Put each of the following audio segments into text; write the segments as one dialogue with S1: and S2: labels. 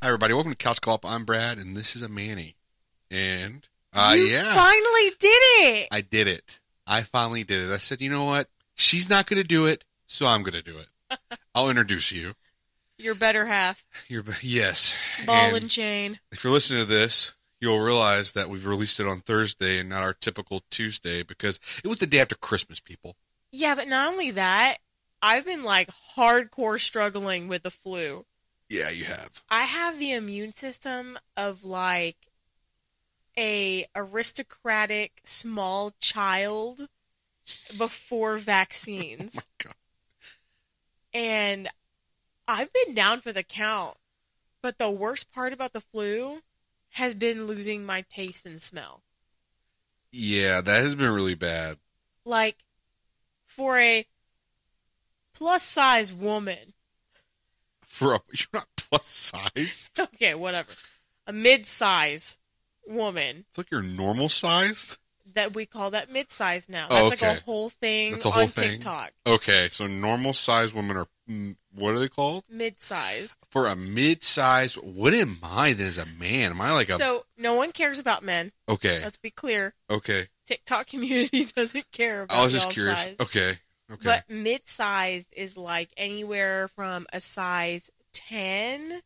S1: Hi, everybody. Welcome to Couch Co-op. I'm Brad, and this is a Manny. And uh,
S2: you
S1: yeah,
S2: finally did it.
S1: I did it. I finally did it. I said, you know what? She's not going to do it, so I'm going to do it. I'll introduce you.
S2: Your better half,
S1: You're, yes.
S2: ball and, chain.
S1: if you're listening to this, you'll realize that we've released it on Thursday and not our typical Tuesday because it was the day after Christmas, people.
S2: Yeah, but not only that, I've been like hardcore struggling with the flu.
S1: Yeah, you have.
S2: I have the immune system of like a aristocratic small child before vaccines.
S1: Oh God.
S2: and I've been down for the count. But the worst part about the flu has been losing my taste and smell.
S1: Yeah, that has been really bad.
S2: like for a plus size woman
S1: For a, you're not plus size.
S2: okay whatever a mid-size woman
S1: It's like you're normal sized.
S2: that we call that mid-size now
S1: Oh,
S2: that's like
S1: okay.
S2: a whole thing
S1: That's a whole
S2: on
S1: thing?
S2: tiktok
S1: Okay, so normal sized women are mm, what are they called?
S2: mid-size
S1: For a mid sized, what am I then as a man? Am I like a
S2: so no one cares about men
S1: okay?
S2: let's be clear
S1: Okay,
S2: tiktok community doesn't care about
S1: I was just
S2: y'all's
S1: curious.
S2: size.
S1: Okay, okay,
S2: but mid-sized is like anywhere from a size 10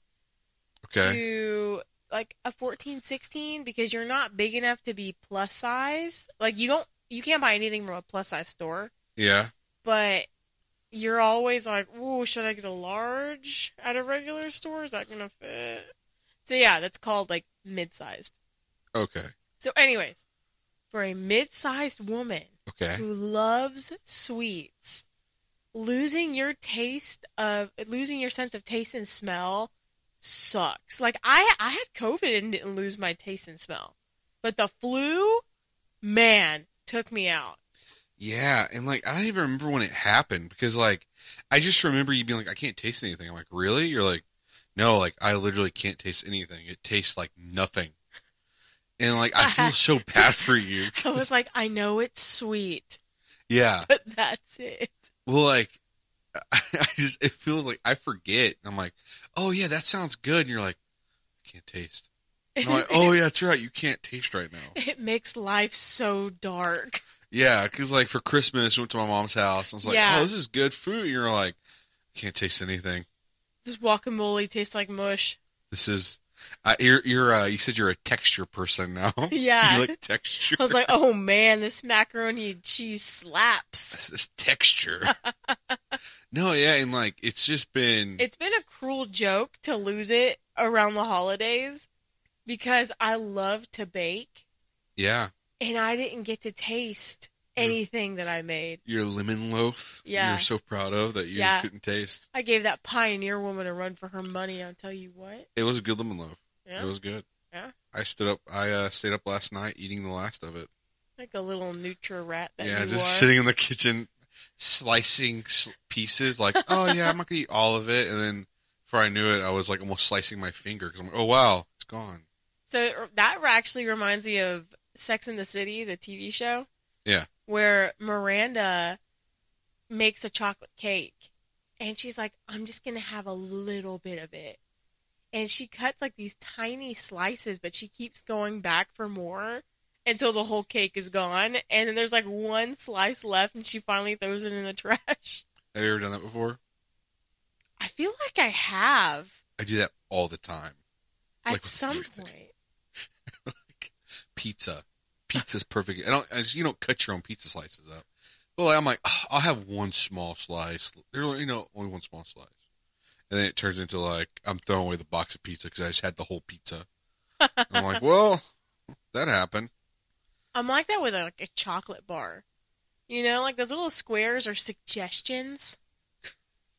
S1: okay.
S2: to like a 14 16 because you're not big enough to be plus size like you don't you can't buy anything from a plus size store
S1: Yeah,
S2: but you're always like ooh should i get a large at a regular store is that gonna fit so yeah that's called like mid-sized
S1: okay,
S2: so anyways for a mid-sized woman
S1: okay.
S2: who loves sweets losing your taste of losing your sense of taste and smell sucks like i i had covid and didn't lose my taste and smell but the flu man took me out
S1: Yeah, and like I don't even remember when it happened because like I just remember you being like, I can't taste anything. I'm like, really? You're like, no, like I literally can't taste anything. It tastes like nothing. And like I feel so bad for you.
S2: i was like i know it's sweet
S1: yeah.
S2: but that's it
S1: Well, like I, I just it feels like I forget. I'm like, oh yeah, that sounds good. And you're like, I can't taste. And I'm like, oh yeah, that's right. You can't taste right now.
S2: it makes life so dark
S1: Yeah, because like for Christmas, we went to my mom's house. And I was like,
S2: Yeah.
S1: oh, this is good food. And you're like, can't taste anything.
S2: this guacamole tastes like mush
S1: This is. I you're, you're uh, you said you're a texture person now.
S2: Yeah.
S1: you like texture.
S2: i was like oh man this macaroni and cheese slaps
S1: This- this texture. no, yeah, and like it's just been.
S2: it's been a cruel joke to lose it around the holidays because I love to bake
S1: yeah,
S2: and I didn't get to taste
S1: Yeah.
S2: anything that I made.
S1: your lemon loaf.
S2: Yeah.
S1: you're so proud of that you
S2: Yeah.
S1: couldn't taste.
S2: I gave that pioneer woman a run for her money, I'll tell you what.
S1: It was a good lemon loaf.
S2: Yeah.
S1: It was good.
S2: Yeah.
S1: I stood up. I uh, stayed up last night eating the last of it.
S2: like a little Nutra rat that
S1: yeah,
S2: you
S1: just
S2: are.
S1: sitting in the kitchen, slicing s- pieces. Like, oh yeah, I'm not gonna eat all of it. And then before I knew it, I was like almost slicing my finger because I'm like, oh wow, it's gone.
S2: So that actually reminds me of Sex in the City, the TV show.
S1: Yeah.
S2: Where Miranda makes a chocolate cake and she's like, I'm just going to have a little bit of it. And she cuts like these tiny slices, but she keeps going back for more until the whole cake is gone. And then there's like one slice left and she finally throws it in the trash.
S1: Have you ever done that before?
S2: I feel like I have
S1: I do that all the time.
S2: at
S1: Like,
S2: some
S1: everything.
S2: point.
S1: Pizza, pizza's perfect. I don't. I just, you don't cut your own pizza slices up. But like, I'm like, "Ah, I'll have one small slice. There, you know, only one small slice. And then it turns into like I'm throwing away the box of pizza because I just had the whole pizza. I'm like, well, that happened.
S2: I'm like that with like a chocolate bar. You know, like those little squares are suggestions.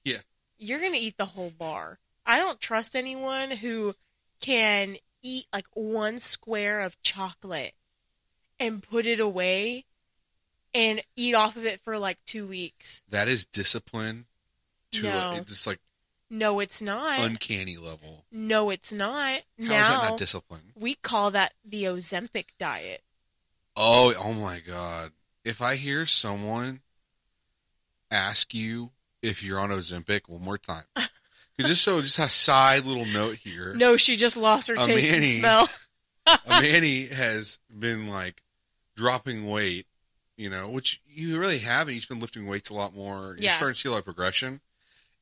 S1: Yeah.
S2: You're going to eat the whole bar. I don't trust anyone who can eat like one square of chocolate and put it away and eat off of it for like 2 weeks.
S1: That is discipline to
S2: No.
S1: a, it's just like
S2: No, it's not.
S1: uncanny level.
S2: no, it's not.
S1: How is
S2: now
S1: that not discipline?
S2: we call that the Ozempic diet.
S1: Oh, oh my God! If I hear someone ask you if you're on Ozempic one more time, 'Cause just so just a side little note here.
S2: No, she just lost her
S1: A
S2: taste and
S1: mini.
S2: smell.
S1: Manny has been like dropping weight, you know, which you really haven't. He's been lifting weights a lot more. You're
S2: Yeah.
S1: starting to see a lot of progression.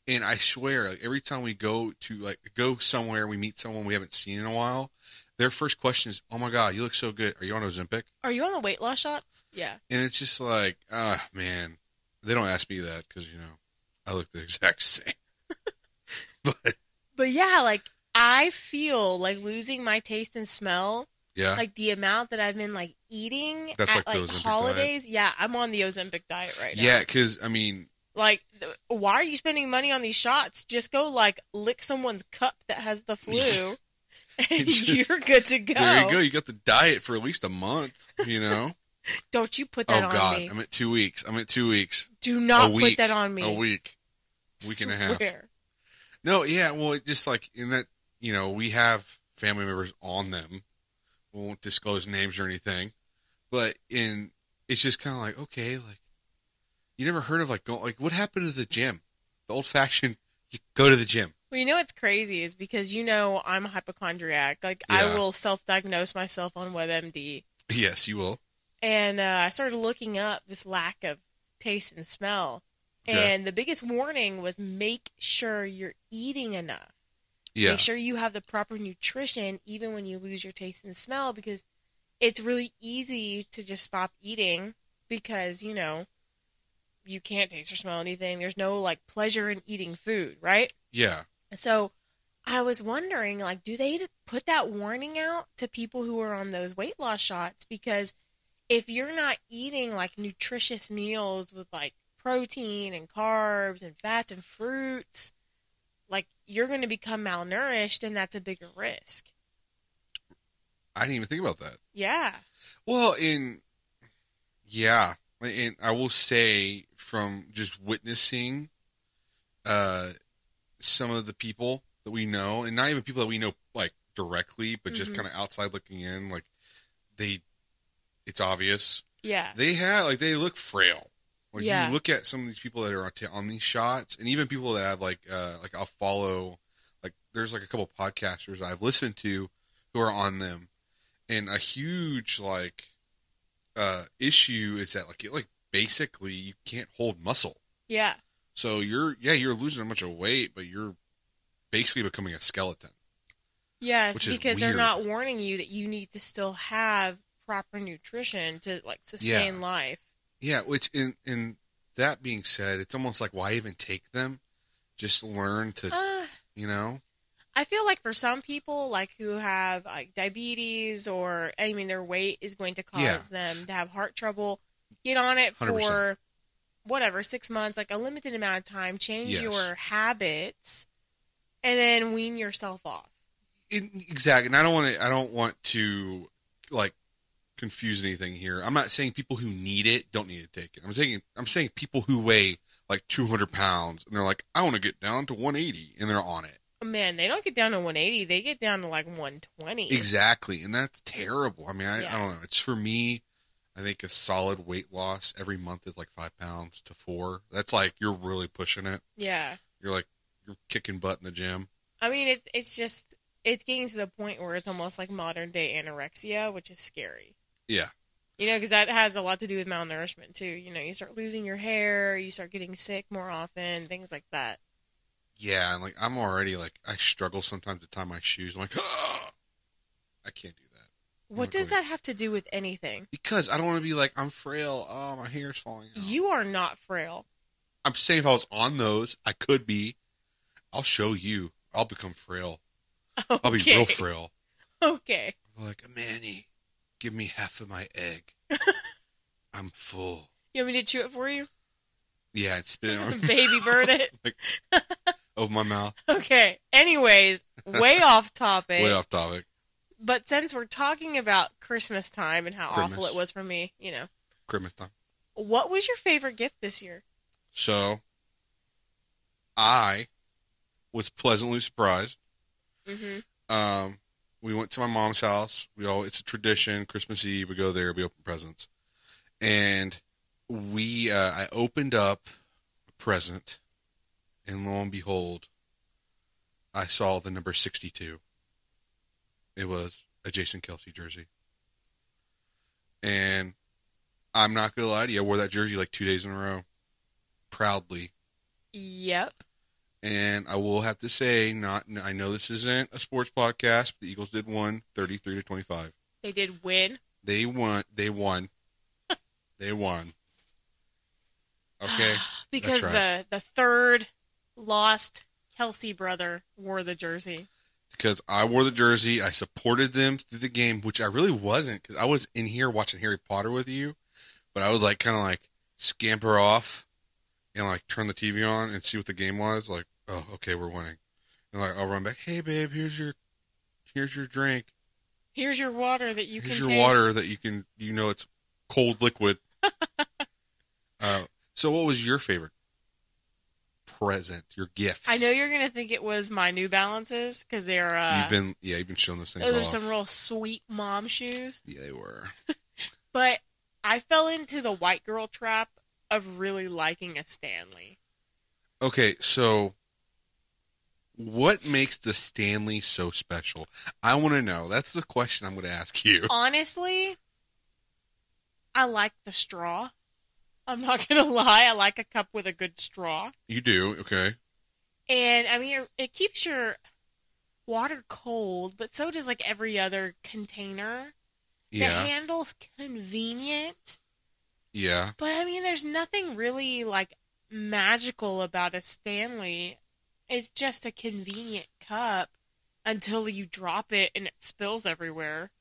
S1: And I swear, like, every time we go to like go somewhere, we meet someone we haven't seen in a while. Their first question is, "Oh my god, you look so good. Are you on Ozempic?"
S2: Are you on the weight loss shots? Yeah.
S1: And it's just like, ah, man, they don't ask me that because you know I look the exact same. but
S2: But yeah, like I feel like losing my taste and smell,
S1: yeah,
S2: like the amount that I've been like eating
S1: That's
S2: at
S1: like the
S2: like
S1: Ozempic
S2: holidays. Yeah, I'm on the Ozempic diet right now.
S1: yeah, because I mean,
S2: Like, th- why are you spending money on these shots? Just go like lick someone's cup that has the flu, and
S1: It's just-
S2: you're good to go.
S1: there you go. You got the diet for at least a month. You know.
S2: Don't you put
S1: Oh
S2: that on
S1: God,
S2: me?
S1: I'm at two weeks. I'm at two weeks.
S2: Do not
S1: a week.
S2: put that on me.
S1: A week. week and a half.
S2: Swear.
S1: No, yeah. Well, it just like in that, you know, we have family members on them. We won't disclose names or anything, but in it's just kind of like okay, like you never heard of like going like what happened to the gym? The old fashioned, you go to the gym.
S2: Well, you know what's crazy is because you know I'm a hypochondriac. Like I
S1: Yeah.
S2: will self-diagnose myself on WebMD,
S1: Yes, you will.
S2: and uh, I started looking up this lack of taste and smell.
S1: Okay.
S2: And the biggest warning was make sure you're eating enough.
S1: Yeah,
S2: Make sure you have the proper nutrition, even when you lose your taste and smell, because it's really easy to just stop eating because you know you can't taste or smell anything. There's no like pleasure in eating food, right?
S1: yeah.
S2: So I was wondering, like, do they put that warning out to people who are on those weight loss shots? Because if you're not eating like nutritious meals with like protein and carbs and fats and fruits, like you're going to become malnourished and that's a bigger risk.
S1: I didn't even think about that.
S2: Yeah.
S1: Well, in yeah, and I will say from just witnessing uh, some of the people that we know, and not even people that we know like directly, but just
S2: Mhm.
S1: kind of outside looking in, like they, it's obvious
S2: Yeah.
S1: they have like they look frail. Like
S2: Yeah.
S1: you look at some of these people that are on, on these shots, and even people that have like uh, like I'll follow like there's like a couple podcasters I've listened to who are on them, and a huge like uh, issue is that like it, like basically you can't hold muscle,
S2: Yeah.
S1: so you're yeah you're losing a bunch of weight, but you're basically becoming a skeleton.
S2: Yeah. It's
S1: Which is
S2: because they're
S1: weird.
S2: not warning you that you need to still have proper nutrition to like sustain life.
S1: Yeah, which in in that being said, it's almost like why even take them? Just learn to
S2: Ah.
S1: you know
S2: I feel like for some people, like who have like diabetes or I mean their weight is going to cause
S1: Yeah.
S2: them to have heart trouble, get on it for
S1: 100%.
S2: whatever six months, like a limited amount of time, change
S1: Yes.
S2: your habits, and then wean yourself off.
S1: in, exactly and i don't want to i don't want to like confuse anything here i'm not saying people who need it don't need to take it i'm saying i'm saying people who weigh like 200 pounds and they're like i want to get down to 180 and they're on it
S2: Man, they don't get down to 180; they get down to like 120.
S1: exactly and that's terrible i mean i,
S2: Yeah.
S1: I don't know it's for me i think a solid weight loss every month is like five pounds to four that's like you're really pushing it
S2: Yeah,
S1: you're like you're kicking butt in the gym
S2: I mean it's it's just it's getting to the point where it's almost like modern day anorexia, which is scary.
S1: yeah
S2: You know, because that has a lot to do with malnourishment too. You know, you start losing your hair, you start getting sick more often, things like that.
S1: Yeah, and like I'm already like I struggle sometimes to tie my shoes. I'm like, "Ah!" I can't do that
S2: What does
S1: Mm-hmm.
S2: that have to do with anything?
S1: because I don't want to be like I'm frail. Oh, my hair's falling out.
S2: You are not frail.
S1: I'm saying if I was on those, I could be. I'll show you. I'll become frail.
S2: Okay.
S1: I'll be real frail.
S2: Okay.
S1: I'm like Manny, give me half of my egg. I'm full.
S2: You want me to chew it for you?
S1: Yeah, it's spit on
S2: Baby bird it.
S1: over my mouth.
S2: Okay. Anyways, way off topic.
S1: Way off topic.
S2: But since we're talking about Christmas time and how awful
S1: Christmas.
S2: it was for me, you know,
S1: Christmas time.
S2: what was your favorite gift this year?
S1: So I was pleasantly surprised.
S2: Mm-hmm.
S1: Um, we went to my mom's house. We all it's a tradition. Christmas Eve, we go there. We open presents, and we uh, I opened up a present, and lo and behold, I saw the number 62. It was a Jason Kelsey jersey. And I'm not going to lie to you, I wore that jersey like two days in a row, proudly.
S2: Yep.
S1: And I will have to say, not I know this isn't a sports podcast, but the Eagles did win 33 to 25.
S2: They did win.
S1: They won. They won. they won. Okay.
S2: because
S1: right.
S2: the the third lost Kelsey brother wore the jersey.
S1: because I wore the jersey. I supported them through the game, which I really wasn't because I was in here watching Harry Potter with you, but I would like kind of like scamper off and like turn the TV on and see what the game was. Like, oh, okay, we're winning. And like, I'll run back. Hey, babe, here's your here's your drink.
S2: Here's your water that you
S1: here's
S2: can
S1: your
S2: taste.
S1: water that you can you know it's cold liquid. uh, so, what was your favorite present? Your gift?
S2: I know you're gonna think it was my New Balances because they're uh,
S1: you've been yeah you've been showing those things
S2: those are
S1: off.
S2: some real sweet mom shoes.
S1: yeah, they were.
S2: But I fell into the white girl trap of really liking a Stanley.
S1: Okay, so what makes the Stanley so special? I want to know. That's the question I'm going to ask you.
S2: Honestly, I like the straw. I'm not gonna lie. I like a cup with a good straw.
S1: You do, okay?
S2: And I mean, it, it keeps your water cold, but so does like every other container. The
S1: Yeah,
S2: handle's convenient,
S1: yeah.
S2: but I mean, there's nothing really like magical about a Stanley. It's just a convenient cup until you drop it and it spills everywhere.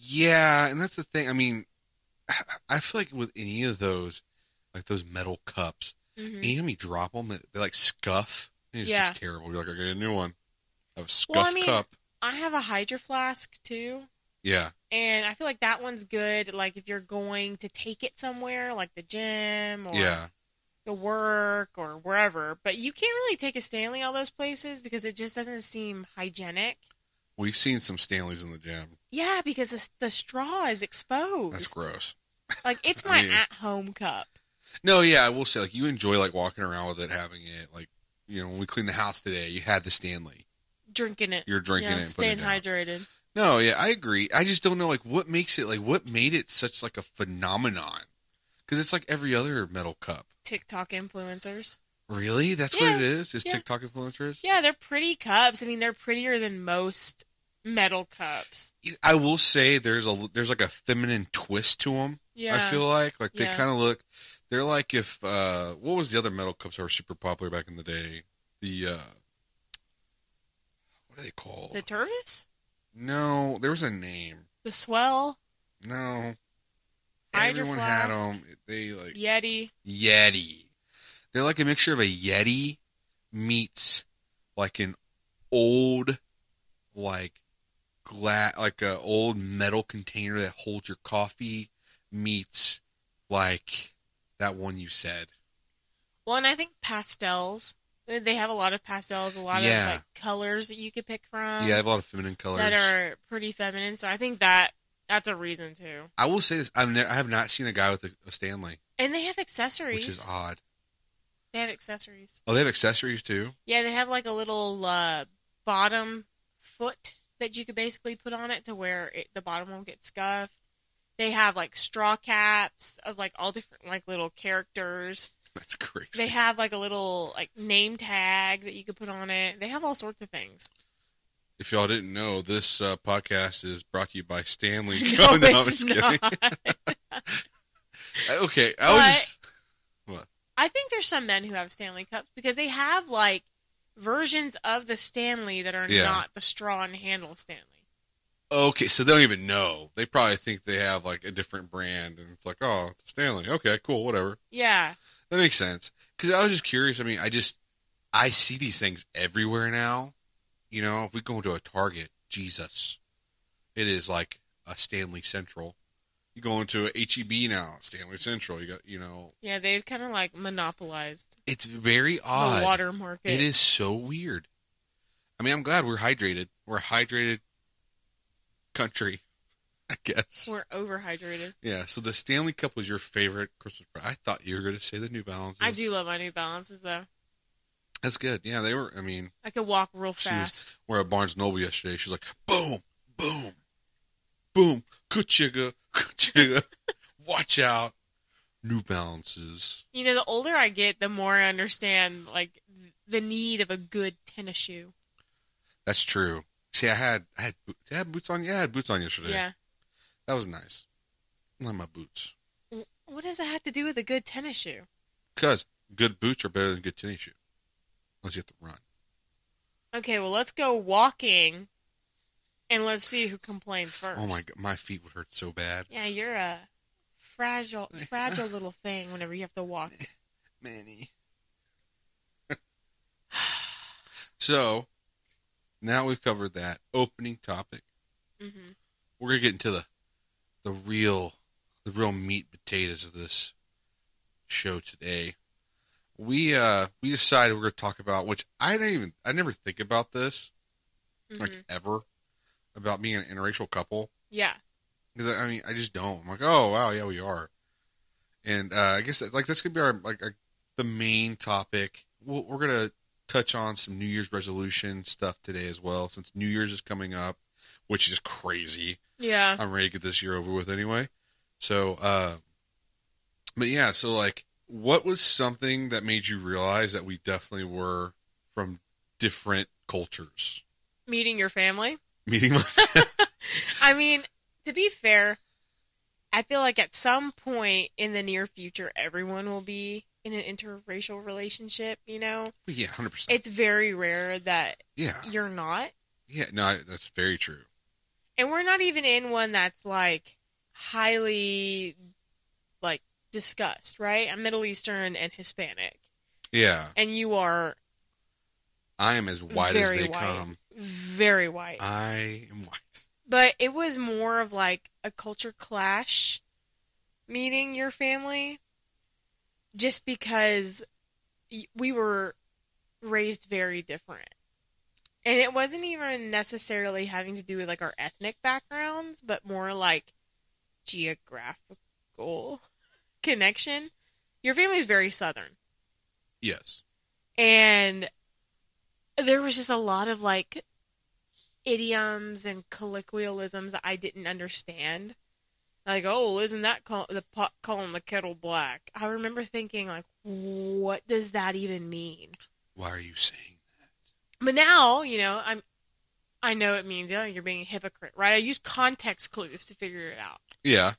S1: Yeah, and that's the thing. I mean, I- I feel like with any of those, like those metal cups,
S2: Mhm.
S1: anytime you drop them, they like scuff. It's
S2: Yeah.
S1: just terrible. You're like, I got a new one. I have a scuffed
S2: Well, I mean-
S1: cup.
S2: I have a Hydro Flask too,
S1: Yeah,
S2: and I feel like that one's good. Like if you're going to take it somewhere, like the gym or
S1: yeah.
S2: the work or wherever, but you can't really take a Stanley all those places because it just doesn't seem hygienic.
S1: We've seen some Stanleys in the gym.
S2: Yeah, because the, the straw is exposed.
S1: That's gross.
S2: Like it's
S1: I
S2: my
S1: mean-
S2: at-home cup.
S1: No, yeah, I will say like you enjoy like walking around with it, having it like you know when we cleaned the house today, you had the Stanley,
S2: Drinking it.
S1: you're drinking
S2: yeah,
S1: it, and
S2: staying
S1: putting it down.
S2: hydrated.
S1: No, yeah, I agree. I just don't know like what makes it like what made it such like a phenomenon because it's like every other metal cup.
S2: TikTok influencers.
S1: Really, that's
S2: Yeah,
S1: what it is. Just
S2: yeah.
S1: TikTok influencers.
S2: Yeah, they're pretty cups. I mean, they're prettier than most metal cups.
S1: I will say there's a there's like a feminine twist to them.
S2: Yeah.
S1: I feel like like they
S2: Yeah.
S1: kind of look. They're like if uh what was the other metal cups that were super popular back in the day? The uh what are they called?
S2: the Turvis,
S1: No, there was a name.
S2: the Swell,
S1: No,
S2: Hydro
S1: everyone had
S2: Flask.
S1: them. They like
S2: Yeti.
S1: Yeti. They're like a mixture of a Yeti meets like an old, like glass, like a old metal container that holds your coffee meets like that one you said.
S2: Well, and I think pastels. They have a lot of pastels, a lot
S1: Yeah.
S2: of like colors that you could pick from.
S1: yeah, I have a lot of feminine colors.
S2: Uh, that are pretty feminine. So I think that that's a reason too.
S1: I will say this: I've ne- I have not seen a guy with a, a Stanley,
S2: And they have accessories.
S1: which is odd.
S2: They have accessories.
S1: Oh, they have accessories too.
S2: Yeah, they have like a little uh, bottom foot that you could basically put on it to where it, the bottom won't get scuffed. They have like straw caps of like all different like little characters.
S1: That's crazy.
S2: They have like a little like name tag that you could put on it. They have all sorts of things.
S1: If y'all didn't know, this uh, podcast is brought to you by Stanley.
S2: No,
S1: No, I'm
S2: it's
S1: just kidding.
S2: not.
S1: Okay, I was
S2: But-
S1: just,
S2: I think there's some men who have Stanley cups because they have like versions of the Stanley that are
S1: Yeah.
S2: not the straw and handle Stanley.
S1: okay. So they don't even know. They probably think they have like a different brand, and it's like, oh, it's Stanley. Okay, cool, whatever.
S2: Yeah.
S1: That makes sense. Because I was just curious. I mean, I just I see these things everywhere now. You know, if we go into a Target, Jesus, it is like a Stanley Central. You go into a HEB now, Stanley Central. You got, you know,
S2: Yeah, they've kind of like monopolized
S1: it's very odd.
S2: the water market.
S1: It is so weird. I mean, I'm glad we're hydrated. We're a hydrated country, I guess.
S2: We're overhydrated.
S1: yeah. So the Stanley Cup was your favorite Christmas. present. I thought you were going to say the New Balance.
S2: I do love my New Balances though.
S1: That's good. Yeah, they were. I mean,
S2: I could walk real
S1: She was-
S2: fast.
S1: we're at Barnes Noble yesterday. She's like, boom, boom, boom, kuchiga, kuchiga. Watch out, New Balances.
S2: You know, the older I get, the more I understand like th- the need of a good tennis shoe.
S1: That's true. See, I had I had, bo- did I have boots on. Yeah, I had boots on yesterday.
S2: Yeah.
S1: that was nice. I like my boots
S2: W- What does that have to do with a good tennis shoe?
S1: because good boots are better than good tennis shoe. Unless you have to run.
S2: Okay, well, let's go walking, and let's see who complains first.
S1: Oh my god, my feet would hurt so bad.
S2: Yeah, you're a fragile, fragile little thing. Whenever you have to walk,
S1: Manny. so now we've covered that opening topic.
S2: hmm
S1: We're gonna get into the the real the real meat and potatoes of this show today. We uh we decided we're gonna talk about which I don't even I never think about this
S2: mm-hmm.
S1: like ever about being an interracial couple
S2: yeah,
S1: because I mean I just don't. I'm like oh wow yeah we are, and uh, I guess that, like that's gonna be our like our, the main topic. We'll, we're gonna touch on some New Year's resolution stuff today as well since New Year's is coming up, which is crazy.
S2: yeah,
S1: I'm ready to get this year over with anyway. So, uh, but yeah, so like, what was something that made you realize that we definitely were from different cultures?
S2: meeting your family.
S1: Meeting my
S2: I mean, to be fair, I feel like at some point in the near future, everyone will be in an interracial relationship. You know,
S1: yeah, hundred percent.
S2: it's very rare that
S1: Yeah,
S2: you're not,
S1: yeah, no, I- that's very true.
S2: and we're not even in one that's like highly like discussed, right? I'm Middle Eastern and Hispanic,
S1: Yeah,
S2: and you are
S1: I am as white as
S2: Very
S1: they
S2: white.
S1: come.
S2: very white.
S1: Uh. I am white.
S2: but it was more of like a culture clash meeting your family just because y- we were raised very different and it wasn't even necessarily having to do with like our ethnic backgrounds but more like geographical connection your family is very southern
S1: Yes.
S2: and there was just a lot of like idioms and colloquialisms that I didn't understand. Like, oh, isn't that call- the pot calling the kettle black? I remember thinking, like, what does that even mean?
S1: Why are you saying?
S2: But now, you know, I'm, I know it means oh, you're being a hypocrite, right? I use context clues to figure it out.
S1: Yeah.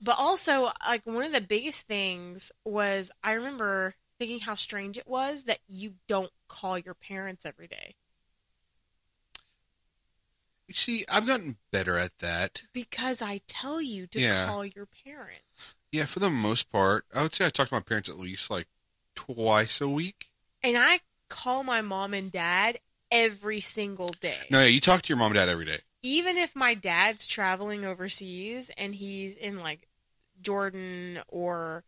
S2: But also, like one of the biggest things was I remember thinking how strange it was that you don't call your parents every day.
S1: You see, I've gotten better at that.
S2: because I tell you to
S1: Yeah.
S2: call your parents.
S1: Yeah, for the most part, I would say I talk to my parents at least like twice a week.
S2: And I call my mom and dad every single day.
S1: No, yeah, you talk to your mom and dad every day.
S2: Even if my dad's traveling overseas and he's in like Jordan or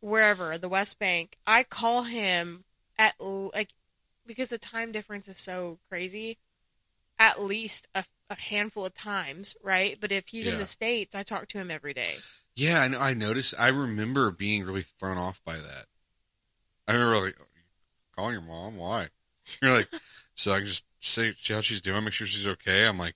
S2: wherever, the West Bank, I call him at l- like because the time difference is so crazy, at least a, a handful of times, right? But if he's in
S1: Yeah.
S2: the States, I talk to him every day.
S1: Yeah, I know. I noticed. I remember being really thrown off by that. I remember like calling your mom. Why? You're like, so I can just say see how she's doing, make sure she's okay. I'm like,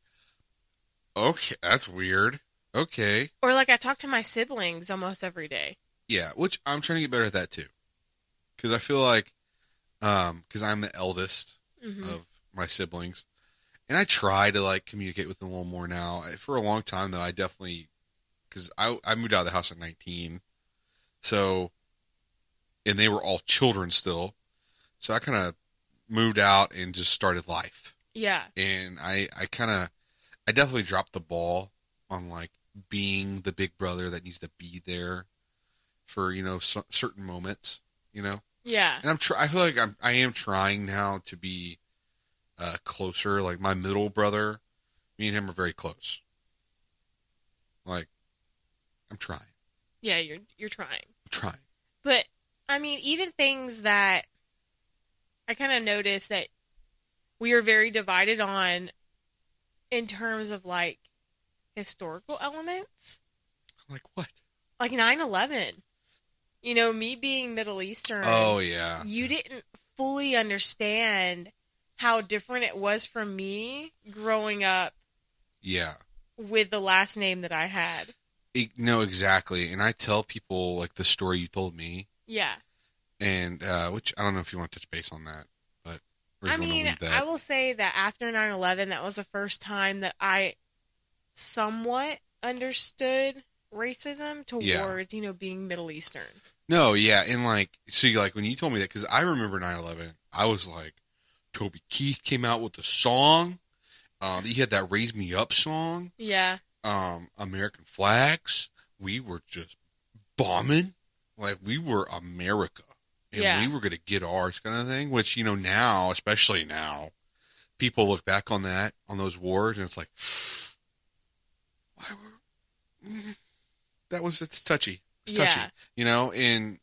S1: okay, that's weird. Okay,
S2: Or like I talk to my siblings almost every day.
S1: yeah. Which I'm trying to get better at that too, because I feel like, um, because I'm the eldest,
S2: hmm
S1: of my siblings. And I try to like communicate with them a little more now. I- For a long time though, I definitely because I I moved out of the house at 19, so and they were all children still, so I kind of moved out and just started life.
S2: Yeah.
S1: And I I kind of I definitely dropped the ball on like being the big brother that needs to be there for you know cer- certain moments, you know
S2: Yeah.
S1: and I'm try- I feel like I'm I am trying now to be uh, closer. Like my middle brother, me and him are very close. Like I'm trying, I'm
S2: Yeah, you're you're trying.
S1: trying.
S2: But I mean, even things that I kind of noticed that we are very divided on in terms of like historical elements,
S1: I'm like what?
S2: like 9/11. You know, me being Middle Eastern,
S1: Oh yeah,
S2: you didn't fully understand how different it was for me growing up
S1: Yeah.
S2: with the last name that I had.
S1: E- no, exactly. And I tell people like the story you told me,
S2: Yeah.
S1: and uh, which I don't know if you want to touch base on that, but or if
S2: I
S1: you wanna
S2: mean,
S1: leave that.
S2: I will say that after 9 11, that was the first time that I somewhat understood racism
S1: Yeah.
S2: towards, you know, being Middle Eastern.
S1: No, yeah, and like, so you like when you told me that because I remember 9/11, I was like, Toby Keith came out with a song. Um, he had that "Raise Me Up" song,
S2: Yeah.
S1: um, American flags. We were just bombing, like we were America, and
S2: Yeah.
S1: we were gonna get ours, kind of thing. Which you know now, especially now, people look back on that on those wars, and it's like, why were mm, that was it's touchy, it's touchy
S2: Yeah.
S1: you know and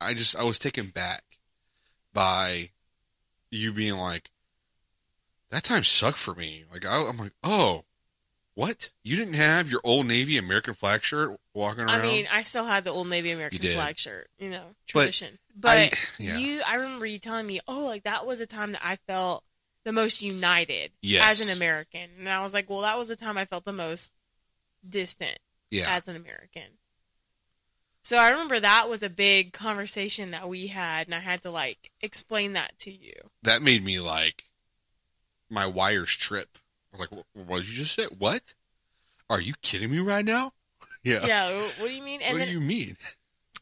S1: i just i was taken back by you being like that time sucked for me like I, i'm like oh what you didn't have your old navy american flag shirt walking around
S2: I mean, I still had the old Navy American
S1: You did.
S2: flag shirt, you know,
S1: But
S2: tradition.
S1: I-
S2: But,
S1: yeah
S2: you, I remember you telling me, oh, like that was a time that I felt the most united
S1: Yes.
S2: as an American. And I was like, well, that was the time I felt the most distant
S1: yeah
S2: as an American. So I remember that was a big conversation that we had, and I had to like explain that to you.
S1: that made me like my wires trip i was like "Wha- what did you just say what are you kidding me right now yeah,
S2: Yeah, wh- what do you mean? And
S1: what
S2: then
S1: do you mean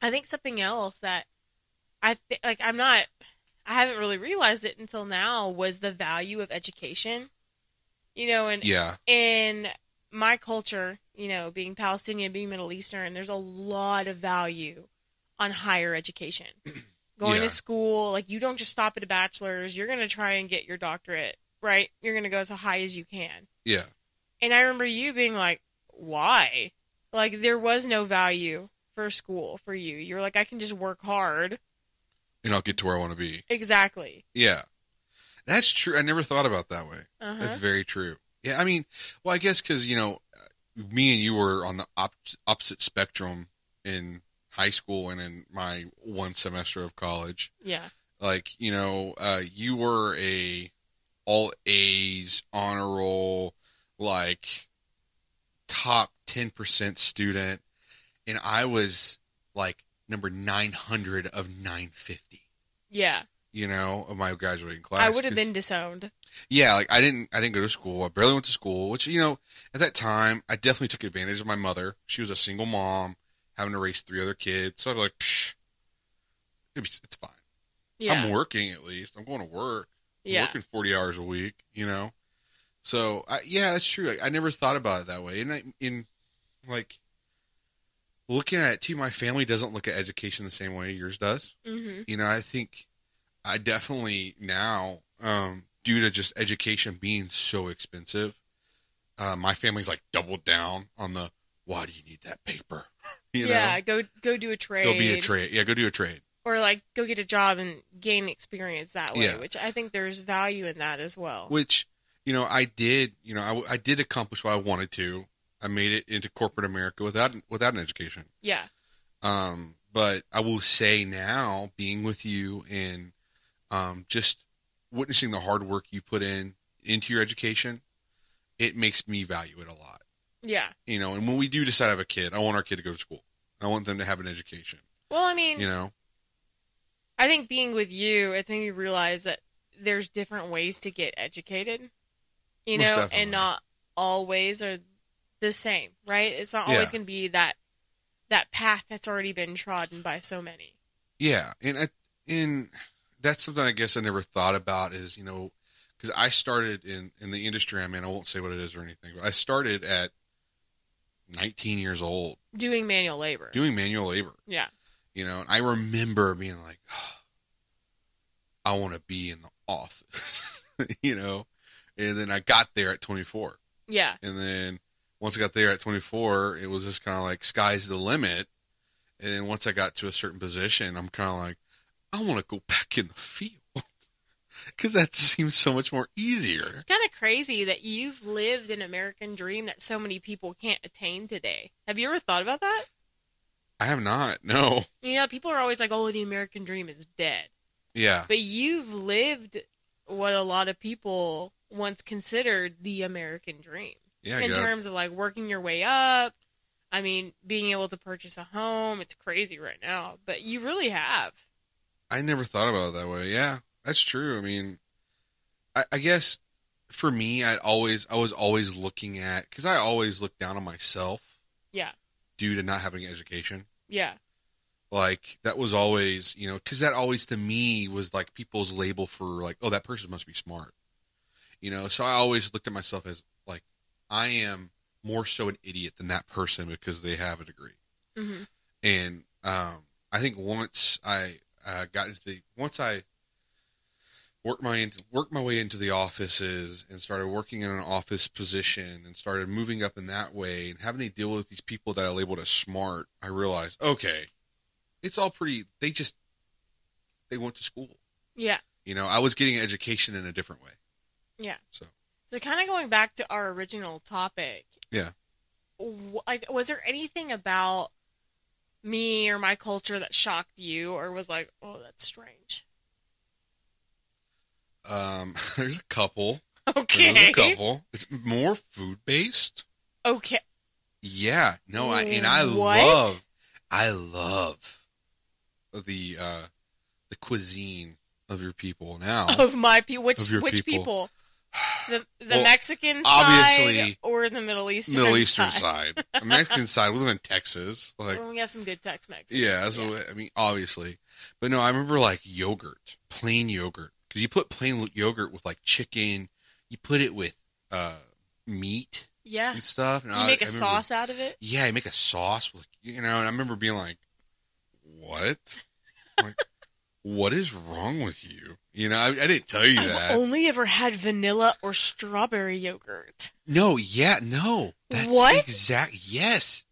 S2: I think something else that I th- like I'm not I haven't really realized it until now was the value of education. You know, and
S1: yeah
S2: in my culture, you know, being Palestinian, being Middle Eastern, there's a lot of value on higher education. Going
S1: Yeah.
S2: to school, like you don't just stop at a bachelor's, you're going to try and get your doctorate, right? You're going to go as high as you can.
S1: yeah
S2: And I remember you being like, why? Like there was no value for school for you. You're like, I can just work hard.
S1: and i'll get to where i want to be
S2: Exactly.
S1: yeah that's true i never thought about that way
S2: Uh-huh.
S1: That's very true. Yeah, I mean, well, I guess because you know, me and you were on the op- opposite spectrum in high school and in my one semester of college.
S2: yeah.
S1: Like, you know, uh, you were a all A's honor roll, like top ten percent student, and I was like number nine hundred of nine fifty.
S2: Yeah.
S1: You know, of my graduating class.
S2: I would have
S1: 'cause-
S2: been disowned.
S1: yeah, like I didn't, I didn't go to school. I barely went to school, which you know, at that time, I definitely took advantage of my mother. She was a single mom, having to raise three other kids. So I was like, Psh, it's it's fine.
S2: Yeah.
S1: I'm working at least. I'm going to work. I'm
S2: yeah.
S1: working forty hours a week. You know, so I, yeah, that's true. Like, I never thought about it that way, and I, in like looking at it too, my family doesn't look at education the same way yours does
S2: Mm-hmm.
S1: you know, I think I definitely now, um, due to just education being so expensive, uh, my family's like doubled down on the why do you need that paper? You
S2: yeah.
S1: know,
S2: Go go do a trade.
S1: go be a trade. Yeah, go do a trade.
S2: or like go get a job and gain experience that way,
S1: Yeah.
S2: which I think there's value in that as well.
S1: Which, you know, I did. You know, I, I did accomplish what I wanted to. I made it into corporate America without without an education.
S2: yeah,
S1: Um, but I will say now, being with you and um, just witnessing the hard work you put in into your education, it makes me value it a lot.
S2: yeah.
S1: You know, and when we do decide to have a kid, I want our kid to go to school. I want them to have an education.
S2: Well, I mean,
S1: You know,
S2: I think being with you, it's made me realize that there's different ways to get educated, you
S1: Most
S2: know,
S1: definitely.
S2: and not all ways are the same, right? It's not always
S1: Yeah.
S2: going to be that that path that's already been trodden by so many.
S1: yeah, and I, and that's something I guess I never thought about is you know because I started in in the industry I'm in. I won't say what it is or anything, but I started at 19 years old
S2: Doing manual labor.
S1: doing manual labor.
S2: yeah,
S1: You know, and I remember being like, I want to be in the office, you know? And then I got there at 24.
S2: yeah,
S1: And then once I got there at 24, it was just kind of like sky's the limit. And then once I got to a certain position, I'm kind of like, I want to go back in the field because that seems so much more easier.
S2: it's kind of crazy that you've lived an American dream that so many people can't attain today. Have you ever thought about that?
S1: I have not. No.
S2: You know, people are always like, "Oh, the American dream is dead."
S1: Yeah.
S2: But you've lived what a lot of people once considered the American dream
S1: Yeah. I
S2: in
S1: got it.
S2: terms of like working your way up. I mean, being able to purchase a home, it's crazy right now, but you really have.
S1: I never thought about it that way. Yeah, that's true. I mean, I, I guess for me, I always I was always looking at because I always look down on myself.
S2: Yeah.
S1: Due to not having an education,
S2: Yeah.
S1: like that was always you know because that always to me was like people's label for like oh that person must be smart, you know. So I always looked at myself as like I am more so an idiot than that person because they have a degree
S2: hmm
S1: and um, I think once I uh, got into the once I worked my worked my way into the offices and started working in an office position and started moving up in that way and having to deal with these people that I labeled as smart, I realized okay, it's all pretty. They just they went to school.
S2: Yeah.
S1: You know, I was getting an education in a different way.
S2: Yeah.
S1: So
S2: So kind of going back to our original topic.
S1: Yeah.
S2: w- Like was there anything about me or my culture that shocked you or was like, "Oh, that's strange."
S1: um, there's a couple.
S2: Okay.
S1: There's a couple. It's more food based.
S2: Okay.
S1: Yeah, no, I and I
S2: Mm, What?
S1: love, I love the uh the cuisine of your people now.
S2: Of my people, which
S1: Of your
S2: which
S1: people.
S2: people? The the
S1: Well,
S2: Mexican
S1: obviously,
S2: side or the Middle Eastern
S1: Middle Eastern
S2: side? Oh,
S1: side, The Mexican side. We live in Texas, like
S2: Well, we have some good Tex Mex.
S1: yeah. So I mean, obviously, but no, I remember like yogurt, plain yogurt, because you put plain yogurt with like chicken, you put it with uh meat
S2: yeah.
S1: and stuff, and
S2: Ah, You
S1: I,
S2: make
S1: a
S2: a sauce out of it.
S1: yeah, you make a sauce with, you know, and I remember being like, what? I'm like, what is wrong with you? You know, I, I didn't tell you that.
S2: I've only ever had vanilla or strawberry yogurt.
S1: no, yeah, no. That's
S2: What?
S1: exact. Yes.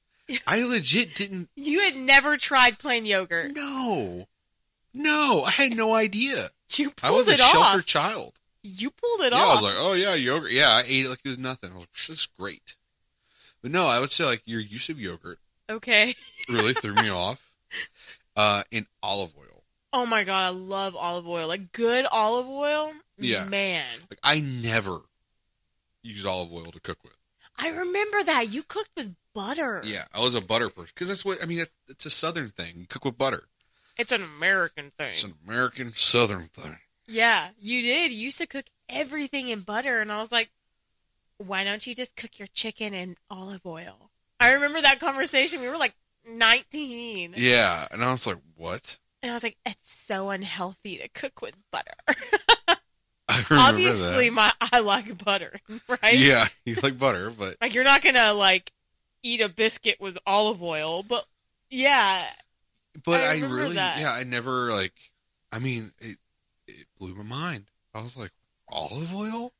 S1: I legit didn't.
S2: You had never tried plain yogurt.
S1: No. No, I had no idea.
S2: You
S1: I
S2: pulled
S1: was a
S2: it
S1: shelter
S2: off.
S1: child.
S2: You pulled it
S1: yeah, I
S2: off.
S1: was like, oh yeah, yogurt. Yeah, I ate it like it was nothing. I was like, this is great. But no, I would say like your use of yogurt
S2: okay.
S1: really threw me off. Uh, and olive oil.
S2: Oh my god, I love olive oil. Like good olive oil.
S1: Yeah.
S2: Man,
S1: Like I never use olive oil to cook with.
S2: I remember that you cooked with butter.
S1: Yeah, I was a butter person because that's what I mean. That, it's a southern thing. You cook with butter.
S2: It's an American thing.
S1: It's an American southern thing.
S2: Yeah, you did. You used to cook everything in butter, and I was like, why don't you just cook your chicken in olive oil? I remember that conversation. We were like 19.
S1: Yeah, and I was like, what?
S2: And I was like, it's so unhealthy to cook with butter.
S1: I remember
S2: Obviously,
S1: that.
S2: my I like butter, right?
S1: Yeah, you like butter, but
S2: Like, you're not going to, like, eat a biscuit with olive oil, but yeah.
S1: but
S2: I
S1: I,
S2: remember
S1: really
S2: that.
S1: yeah I never like. I mean, it it blew my mind. I was like, olive oil.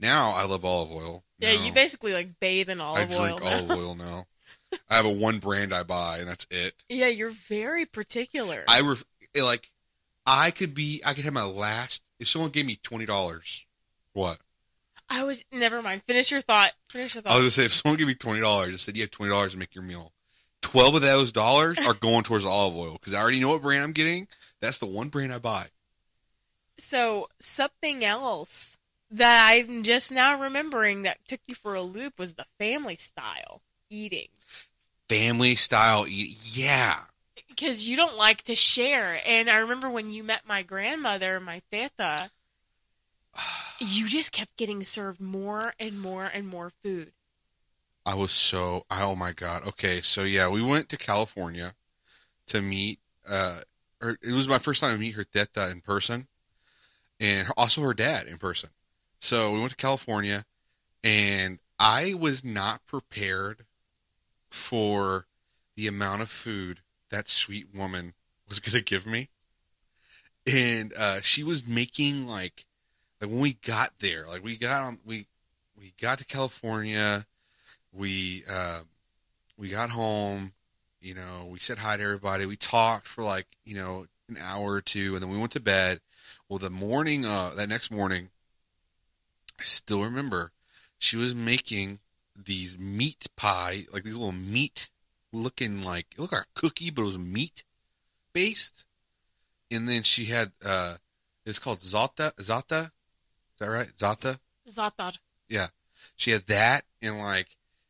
S1: Now I love olive oil.
S2: Yeah,
S1: Now
S2: you basically, like, bathe in
S1: I
S2: olive oil.
S1: drink
S2: now.
S1: olive oil now. I have a one brand I buy, and that's it.
S2: Yeah, you're very particular.
S1: I ref- it, like I could be I could have my last if someone gave me twenty dollars. What
S2: I was, never mind. Finish your thought. Finish your thought.
S1: I was gonna say if someone gave me twenty dollars and said you have twenty dollars to make your meal, twelve of those dollars are going towards olive oil because I already know what brand I'm getting. That's the one brand I buy.
S2: So something else that I'm just now remembering that took you for a loop was the family style eating
S1: Family style eat. Yeah,
S2: because you don't like to share. And I remember when you met my grandmother, my teta, you just kept getting served more and more and more food.
S1: I was so oh my god. Okay, so yeah, we went to California to meet. Uh, her, it was my first time to meet her teta in person, and her- also her dad in person. So we went to California, and I was not prepared for the amount of food that sweet woman was going to give me, and uh, she was making like like when we got there, like we got on we we got to California we uh, we got home you know we said hi to everybody we talked for like you know an hour or two and then we went to bed well the morning uh, that next morning i still remember she was making these meat pie like these little meat looking like it looked like a cookie but it was meat based and then she had uh, it's called Zata Zata, is that right? Zata.
S2: Zatar.
S1: She had that, and like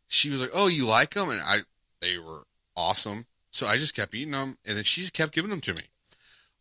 S1: she was like, "Oh, you like them?" And I, they were awesome. So I just kept eating them, and then she just kept giving them to me.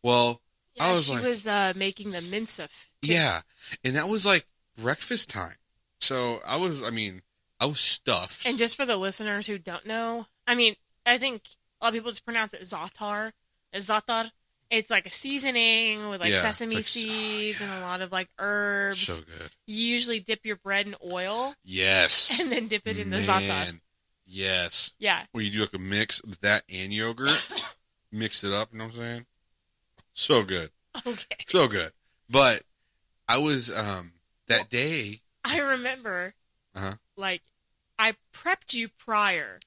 S1: Well,
S2: Yeah,
S1: I was
S2: she
S1: like-
S2: was uh, making the minsif. too.
S1: yeah, and that was like breakfast time. So I was, I mean, I was stuffed.
S2: And just for the listeners who don't know, I mean, I think a lot of people just pronounce it zatar. Zatar. It's like a seasoning with like
S1: Yeah,
S2: sesame
S1: it's like- oh,
S2: seeds
S1: yeah.
S2: and a lot of like herbs.
S1: so good.
S2: you usually dip your bread in oil
S1: Yes.
S2: and then dip it in the zatar.
S1: Man, Yes.
S2: Yeah.
S1: Where you do like a mix of that and yogurt, mix it up. You know what I'm saying? So good,
S2: Okay.
S1: so good. But I was um that day.
S2: I remember,
S1: Uh-huh.
S2: like, I prepped you prior.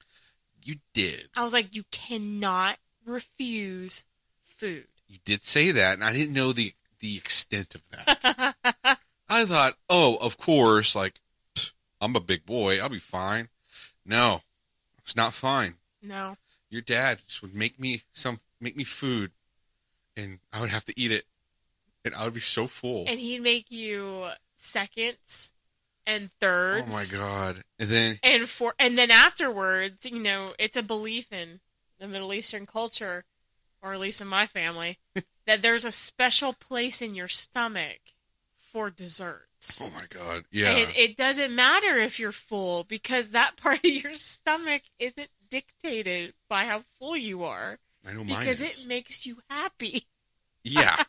S1: You did.
S2: I was like, you cannot refuse food.
S1: You did say that, and I didn't know the the extent of that.
S2: I
S1: I thought, oh, of course, like pfft, I'm a big boy, I'll be fine. No, it's not fine.
S2: no.
S1: Your dad just would make me some make me food, and I would have to eat it, and I would be so full.
S2: And he'd make you seconds and thirds.
S1: Oh my god! And then
S2: And for and then afterwards, you know, it's a belief in the Middle Eastern culture, or at least in my family, that there's a special place in your stomach for desserts.
S1: Oh my god! Yeah,
S2: And it doesn't matter if you're full because that part of your stomach isn't dictated by how full you are
S1: I know mine
S2: because
S1: is.
S2: it makes you happy.
S1: yeah,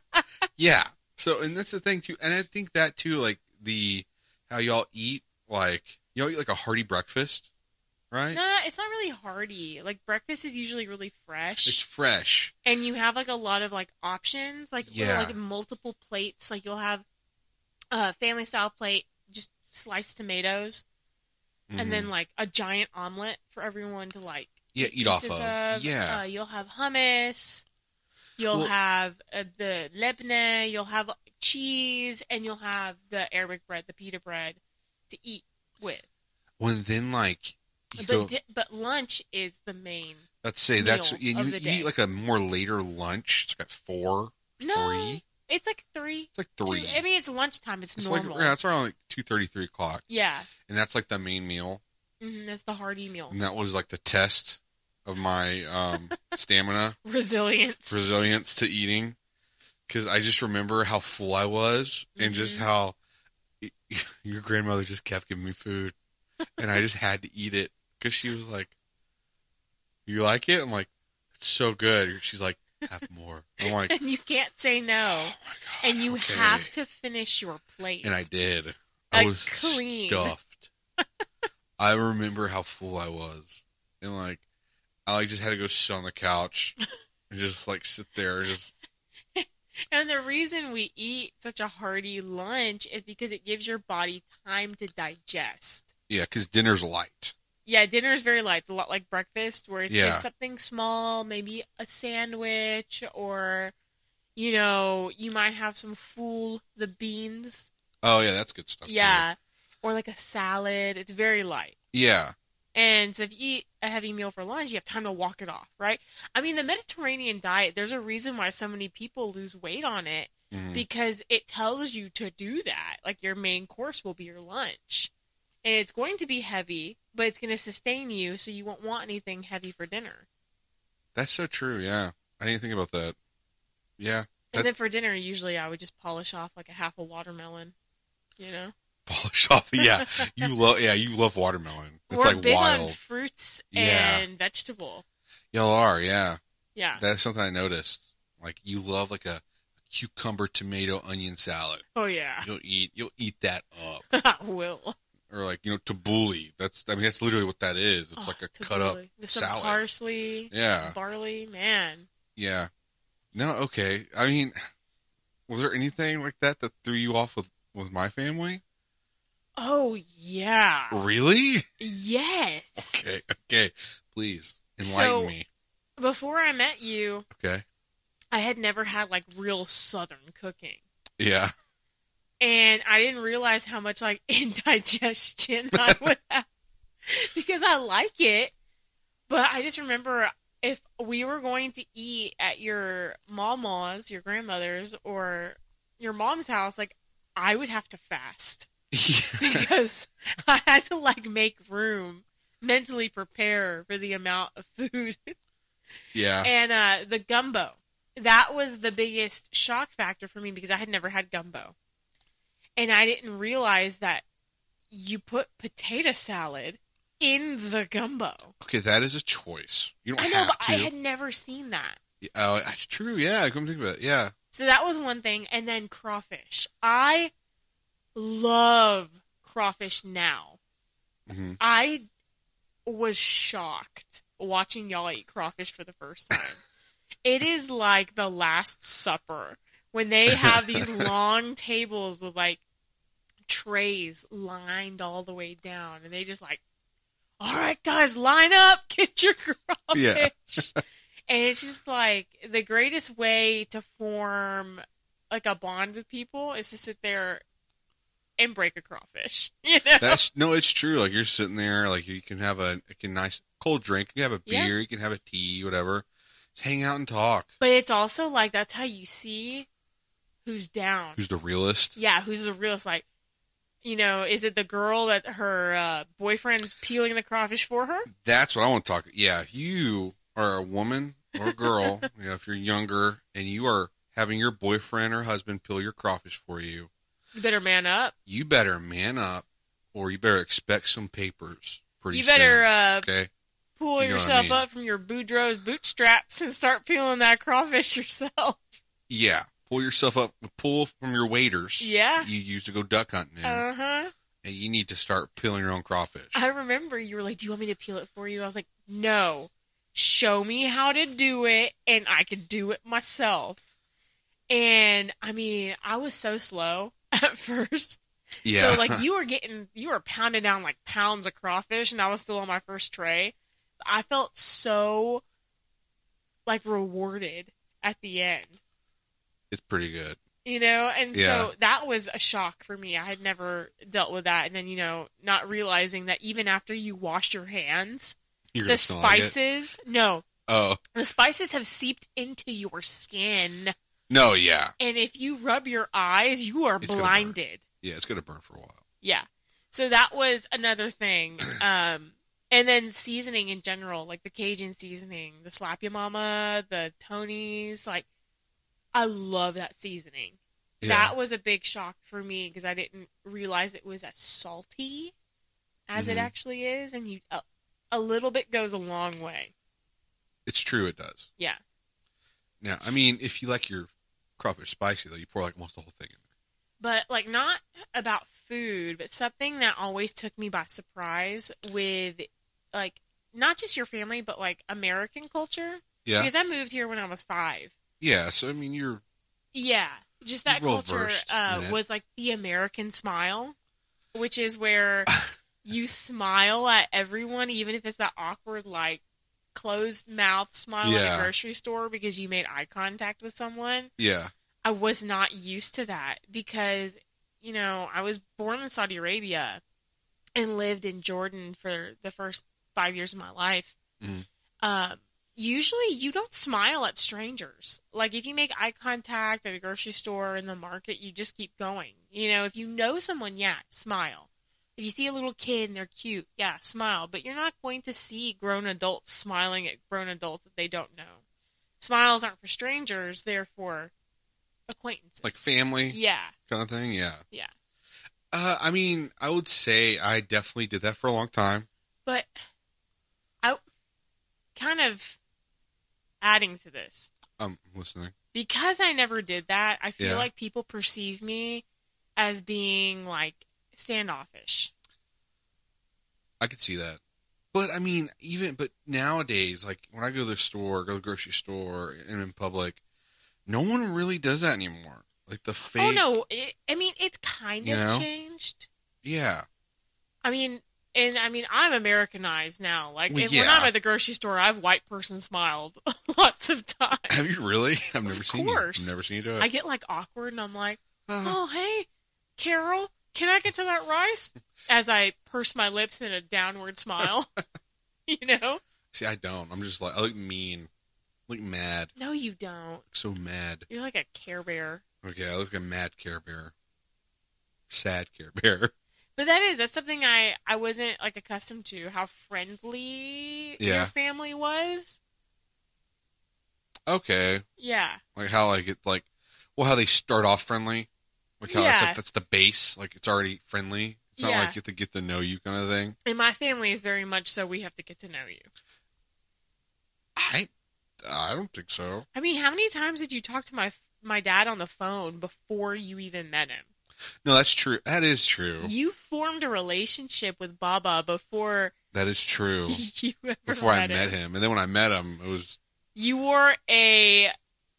S1: yeah. So, and that's the thing too, and I think that too, like the how y'all eat, like y'all eat like a hearty breakfast, right?
S2: Nah, it's not really hearty. Like breakfast is usually really fresh.
S1: It's fresh.
S2: and you have like a lot of like options, like or,
S1: Yeah.
S2: like multiple plates. Like you'll have a family style plate, just sliced tomatoes, and
S1: Mhm.
S2: then like a giant omelet for everyone to like
S1: yeah, eat off of.
S2: pieces
S1: yeah,
S2: uh, you'll have hummus. You'll
S1: Well-
S2: have uh, the lebne. You'll have cheese, and you'll have the Arabic bread, the pita bread, to eat with.
S1: when then like you
S2: But
S1: go,
S2: di- but lunch is the main.
S1: let's say that's
S2: meal
S1: and you,
S2: of the
S1: you eat
S2: day.
S1: like a more later lunch. It's like at four,
S2: No,
S1: three.
S2: it's like three.
S1: It's like three.
S2: Two- I mean, it's lunchtime. It's,
S1: it's like
S2: normal.
S1: yeah, it's around like two thirty, three o'clock,
S2: yeah.
S1: and that's like the main meal.
S2: Mm-hmm, that's the hearty meal.
S1: And that was like the test of my um, stamina.
S2: Resilience.
S1: resilience to eating because I just remember how full I was and just
S2: Mhm.
S1: how y- your grandmother just kept giving me food and I just had to eat it because she was like, "You like it?" I'm like, "It's so good." She's like, "Have more." I'm like,
S2: and you can't say
S1: "Oh
S2: no.
S1: my god!"
S2: And you
S1: okay."
S2: have to finish your plate.
S1: And I did. I
S2: Like,
S1: was
S2: clean.
S1: stuffed. I remember how full I was, and like, I like just had to go sit on the couch and just like sit there, and just
S2: And the reason we eat such a hearty lunch is because it gives your body time to digest.
S1: yeah, because dinner's light.
S2: Yeah, dinner is very light. It's a lot like breakfast, where it's
S1: Yeah.
S2: just something small, maybe a sandwich, or, you know, you might have some fool, the beans.
S1: Oh yeah, that's good stuff. too.
S2: yeah. Or like a salad. It's very light.
S1: yeah,
S2: And so if you eat a heavy meal for lunch, you have time to walk it off, right? I mean, the Mediterranean diet, there's a reason why so many people lose weight on it
S1: Mhm.
S2: because it tells you to do that. Like your main course will be your lunch. And it's going to be heavy, but it's going to sustain you, so you won't want anything heavy for dinner.
S1: that's so true. Yeah, I didn't think about that. Yeah, That-
S2: And then for dinner, usually I would just polish off like a half a watermelon, you know?
S1: polish off. Yeah, you love. Yeah, you love watermelon. It's
S2: We're
S1: like
S2: big on
S1: wild.
S2: fruits
S1: Yeah.
S2: and vegetable.
S1: Y'all are. Yeah,
S2: Yeah.
S1: that's something I noticed. Like you love like a cucumber, tomato, onion salad.
S2: Oh, yeah.
S1: You'll eat. You'll eat that up.
S2: Will.
S1: Or like you know tabbouleh. That's. I mean that's literally what that is. It's
S2: Oh,
S1: like a cut up.
S2: totally. With some
S1: salad.
S2: parsley.
S1: Yeah.
S2: barley man
S1: Yeah. No. Okay. I mean, was there anything like that that threw you off with with my family?
S2: oh yeah
S1: Really?
S2: yes
S1: Okay, okay. Please enlighten
S2: So-
S1: me.
S2: before i met you
S1: Okay.
S2: i had never had like real southern cooking
S1: Yeah.
S2: and i didn't realize how much like indigestion i would have because i like it but i just remember if we were going to eat at your mama's, your grandmother's, or your mom's house, like I would have to fast because I had to like make room, mentally prepare for the amount of food.
S1: yeah.
S2: And uh, the gumbo, that was the biggest shock factor for me because I had never had gumbo, and I didn't realize that you put potato salad in the gumbo.
S1: Okay, that is a choice. You don't
S2: I know,
S1: have
S2: but
S1: to.
S2: I had never seen that.
S1: Oh, that's true. Yeah, come think about it. Yeah.
S2: So that was one thing. And then crawfish. I love crawfish now.
S1: hmm
S2: I was shocked watching y'all eat crawfish for the first time. it is like the Last Supper when they have these long tables with like trays lined all the way down, and they just like, all right, guys, line up, get your
S1: Yeah.
S2: crawfish. and it's just like the greatest way to form like a bond with people is to sit there and break a crawfish. You know?
S1: That's no, it's true. Like you're sitting there, like you can have a, like a nice cold drink, you can have a
S2: Yeah.
S1: beer, you can have a tea, whatever. Just hang out and talk.
S2: But it's also like that's how you see who's down.
S1: Who's the realist?
S2: yeah, who's the realist? Like, you know, is it the girl that her uh, boyfriend's peeling the crawfish for her?
S1: That's what I want to talk. Yeah, if you are a woman or a girl, you know, if you're younger and you are having your boyfriend or husband peel your crawfish for you,
S2: You better man up.
S1: you better man up, or you better expect some papers. Pretty
S2: you better
S1: soon,
S2: uh,
S1: okay.
S2: pull
S1: you know what I
S2: yourself
S1: mean.
S2: up from your Boudreaux's bootstraps and start peeling that crawfish yourself.
S1: Yeah, pull yourself up. Pull from your waders.
S2: Yeah.
S1: you used to go duck hunting, in,
S2: Uh huh.
S1: and you need to start peeling your own crawfish.
S2: I remember you were like, "Do you want me to peel it for you?" I was like, "No, show me how to do it, and I could do it myself." And I mean, I was so slow at first.
S1: yeah,
S2: So like you were getting you were pounding down like pounds of crawfish and I was still on my first tray. I felt so like rewarded at the end.
S1: it's pretty good.
S2: You know, and
S1: Yeah.
S2: so that was a shock for me. I had never dealt with that and then you know, not realizing that even after you wash your hands,
S1: You're
S2: the
S1: gonna smell like it.
S2: spices, no,
S1: Oh
S2: the spices have seeped into your skin
S1: no, yeah,
S2: and if you rub your eyes, you are
S1: It's gonna burn.
S2: blinded.
S1: yeah. It's gonna burn for a while.
S2: Yeah. So that was another thing. Um, and then seasoning in general, like the Cajun seasoning, the Slap Your Mama, the Tony's, like I love that seasoning.
S1: Yeah.
S2: That was a big shock for me because I didn't realize it was as salty as
S1: Mhm.
S2: it actually is, and you a, a little bit goes a long way.
S1: it's true. It does.
S2: Yeah.
S1: Now, I mean, if you like your crawfish spicy, though, you pour like almost the whole thing in.
S2: but like not about food, but something that always took me by surprise with like not just your family, but like American culture.
S1: Yeah,
S2: Because I moved here when I was five.
S1: yeah. So I mean, you're
S2: Yeah, just that
S1: Well
S2: culture
S1: versed
S2: uh,
S1: in it.
S2: was like the American smile, which is where you smile at everyone, even if it's that awkward like closed mouth smile at
S1: Yeah.
S2: a grocery store because you made eye contact with someone.
S1: yeah,
S2: I was not used to that because, you know, I was born in Saudi Arabia and lived in Jordan for the first five years of my life.
S1: Mhm.
S2: Um, usually you don't smile at strangers. Like if you make eye contact at a grocery store in the market, you just keep going. You know, if you know someone, yeah, smile. If you see a little kid and they're cute, yeah, smile. But you're not going to see grown adults smiling at grown adults that they don't know. Smiles aren't for strangers, they're for acquaintances.
S1: like family
S2: yeah.
S1: kind of thing. Yeah,
S2: Yeah.
S1: Uh, I mean, I would say I definitely did that for a long time.
S2: But I kind of adding to this
S1: I'm listening.
S2: because I never did that. I feel
S1: Yeah.
S2: like people perceive me as being like standoffish.
S1: I could see that. But I mean, even but nowadays, like when I go to the store, go to the grocery store, and in public, no one really does that anymore. Like the fake,
S2: oh no, it, I mean it's kind
S1: You
S2: of
S1: know?
S2: changed.
S1: yeah,
S2: I mean, and I mean I'm Americanized now. Like
S1: Well,
S2: if, when
S1: yeah.
S2: I'm at the grocery store, I've white person smiled lots of times.
S1: Have you really? I've never seen you.
S2: course.
S1: I've never seen you do it.
S2: I get like awkward and I'm like.
S1: Uh,
S2: oh hey carol can i get to that rice as i purse my lips in a downward smile you know
S1: See, I don't. I'm just like I look mean, I look mad,
S2: No, you don't.
S1: so mad.
S2: You're like a Care Bear.
S1: Okay, I look like a mad Care Bear, sad Care Bear.
S2: But that is that's something I I wasn't like accustomed to how friendly
S1: Yeah.
S2: your family was.
S1: Okay,
S2: Yeah,
S1: like how I get like, well, how they start off friendly, like how it's
S2: Yeah.
S1: like that's the base, like it's already friendly. It's not
S2: Yeah.
S1: like you have to get to know you kind of thing.
S2: and my family is very much so we have to get to know you.
S1: I, I don't think so.
S2: I mean, how many times did you talk to my my dad on the phone before you even met him?
S1: No, that's true. That is true.
S2: You formed a relationship with Baba before
S1: That is true.
S2: you ever
S1: Before I
S2: met
S1: met him, and then when I met him, it was
S2: You wore a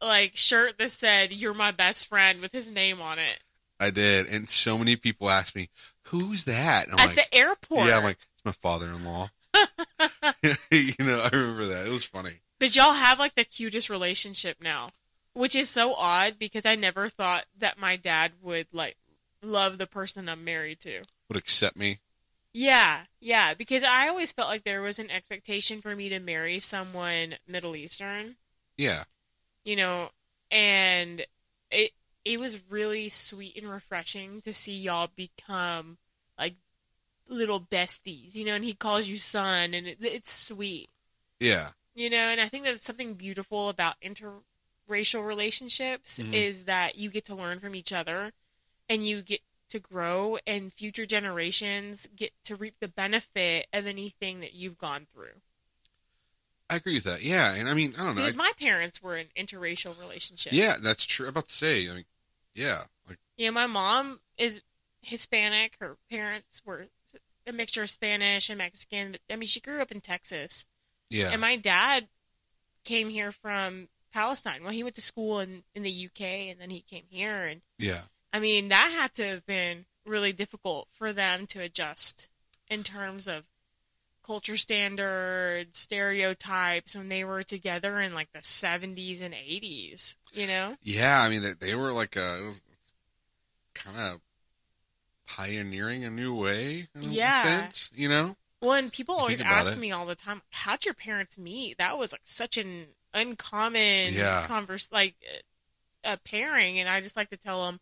S2: like shirt that said "You're my best friend" with his name on it
S1: I did, and so many people asked me, "Who's that?" And I'm
S2: at
S1: like,
S2: the airport.
S1: Yeah, I'm like, it's my father in law. you know, I remember that. It was funny.
S2: But y'all have like the cutest relationship now, which is so odd because I never thought that my dad would like love the person I'm married to.
S1: Would accept me.
S2: Yeah, yeah, because I always felt like there was an expectation for me to marry someone Middle Eastern,
S1: Yeah.
S2: you know, and it it was really sweet and refreshing to see y'all become like little besties, you know, and he calls you son and it, it's sweet.
S1: Yeah.
S2: you know and i think that's something beautiful about interracial relationships
S1: Mhm.
S2: is that you get to learn from each other and you get to grow and future generations get to reap the benefit of anything that you've gone through
S1: I agree with that. Yeah. And I mean, I don't know.
S2: because
S1: I-
S2: my parents were in interracial relationships
S1: yeah, that's true. I'm about to say, I mean, yeah. Like,
S2: you know my mom is hispanic her parents were a mixture of spanish and mexican but, i mean she grew up in texas
S1: yeah.
S2: And my dad came here from Palestine. Well, he went to school in, in the UK and then he came here. And
S1: yeah.
S2: I mean, that had to have been really difficult for them to adjust in terms of culture standards, stereotypes when they were together in like the 70s and 80s, you know?
S1: Yeah. I mean, they, they were like, uh it was kind of pioneering a new way in a
S2: Yeah.
S1: sense, you know?
S2: Well, and people
S1: You
S2: always
S1: think about
S2: ask
S1: it.
S2: me all the time, "How'd your parents meet?" That was like such an uncommon
S1: Yeah.
S2: converse, like a pairing, and I just like to tell them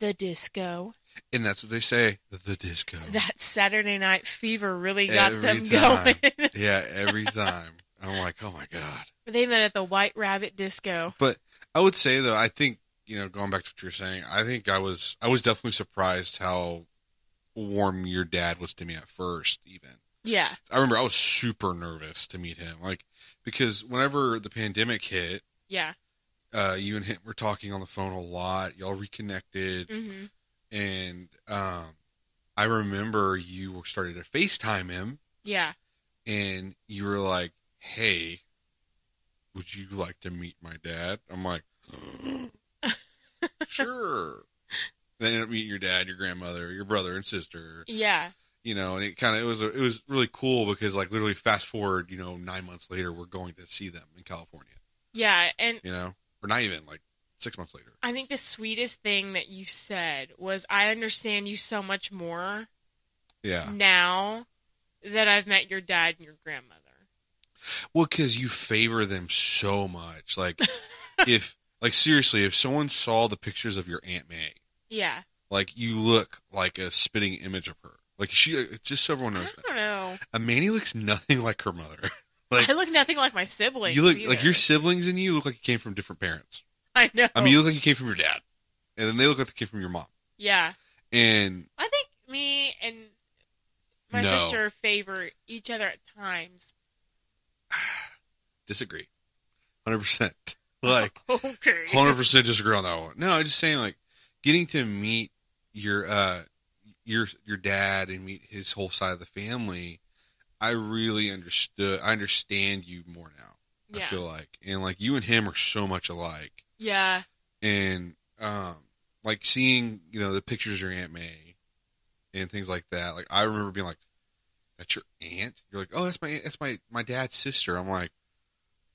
S2: the disco.
S1: And that's what they say the disco.
S2: That Saturday Night Fever really got
S1: Every
S2: them
S1: time.
S2: going.
S1: yeah. Every time. I'm like, oh my God.
S2: they met at the White Rabbit Disco.
S1: But I would say though, I think you know, going back to what you were saying, I think I was I was definitely surprised how warm your dad was to me at first. Even
S2: Yeah,
S1: I remember I was super nervous to meet him, like because whenever the pandemic hit,
S2: yeah,
S1: uh, you and him were talking on the phone a lot. Y'all reconnected,
S2: hmm
S1: and um, I remember you started to FaceTime him,
S2: yeah,
S1: and you were like, "Hey." Would you like to meet my dad? I'm like, sure. They ended up meeting your dad, your grandmother, your brother and sister.
S2: yeah,
S1: You know, and it kind of it was a, it was really cool because like literally fast forward, you know, nine months later, we're going to see them in California.
S2: yeah. And
S1: You know, or not even like six months later.
S2: I think the sweetest thing that you said was, "I understand you so much more
S1: Yeah.
S2: Mm-hmm. now that I've met your dad and your grandmother."
S1: Well, because you favor them so much. Like, if like seriously, if someone saw the pictures of your aunt May,
S2: Yeah.
S1: like you look like a spitting image of her. Like she, uh, just so everyone knows that,
S2: I don't know.
S1: Amani looks nothing like her mother. Like-
S2: I look nothing like my siblings.
S1: you look
S2: either.
S1: like your siblings and you look like you came from different parents.
S2: I know.
S1: I mean, you look like you came from your dad, and then they look like they came from your mom.
S2: yeah,
S1: And
S2: I think me and my
S1: No.
S2: sister favor each other at times.
S1: disagree, hundred percent. Like
S2: okay,
S1: hundred percent disagree on that one. No, I'm just saying, like getting to meet your uh your your dad and meet his whole side of the family. I really understood. I understand you more now.
S2: yeah,
S1: I feel like, and like you and him are so much alike.
S2: yeah,
S1: and um, like seeing you know the pictures of your aunt May and things like that. Like I remember being like, "That's your aunt?" You're like, "Oh, that's my aunt, that's my my dad's sister." I'm like,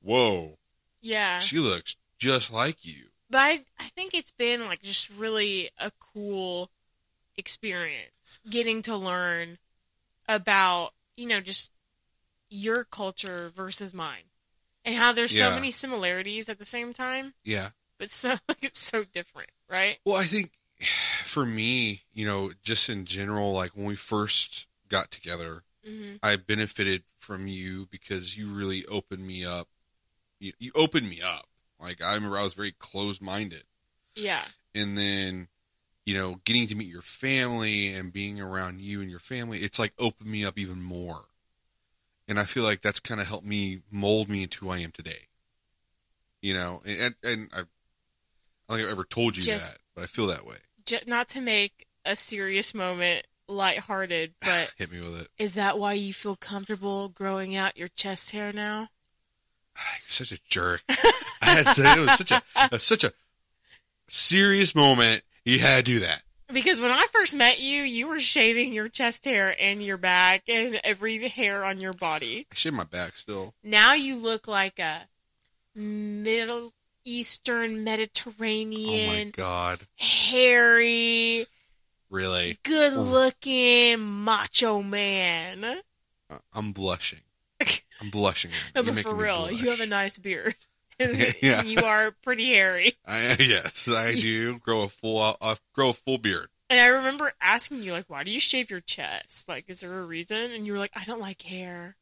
S1: "Whoa,
S2: yeah.
S1: she looks just like you."
S2: But I, I think it's been like just really a cool experience getting to learn about you know just your culture versus mine, and how there's so
S1: Yeah.
S2: many similarities at the same time,
S1: Yeah.
S2: but so like it's so different, right?
S1: Well, I think for me, you know, just in general, like when we first got together,
S2: hmm
S1: I benefited from you because you really opened me up. You, you opened me up. Like I remember, I was very closed minded,
S2: Yeah,
S1: and then, you know, getting to meet your family and being around you and your family, it's like opened me up even more. And I feel like that's kind of helped me mold me into who I am today. You know, and and, and I, I don't think I've ever told you
S2: Just-
S1: that, but I feel that way.
S2: J- not to make a serious moment lighthearted, but
S1: Hit me with it.
S2: is that why you feel comfortable growing out your chest hair now?
S1: Ah, You're such a jerk. I had to, it was such a, a such a serious moment. You had to do that.
S2: Because when I first met you, you were shaving your chest hair and your back and every hair on your body.
S1: I shaved my back still.
S2: Now you look like a Middle Eastern,
S1: Oh my
S2: Mediterranean,
S1: god,
S2: hairy,
S1: really?
S2: good looking macho man. No,
S1: I- Uh, I'm blushing. I'm blushing. right now. You're
S2: but
S1: making
S2: for
S1: me
S2: real, you
S1: blush.
S2: have a nice beard.
S1: Yeah.
S2: You are pretty hairy.
S1: I, yes, I do. Grow a full, I grow a full beard.
S2: And I remember asking you, like, why do you shave your chest? Like, is there a reason? And you were like, I don't like hair.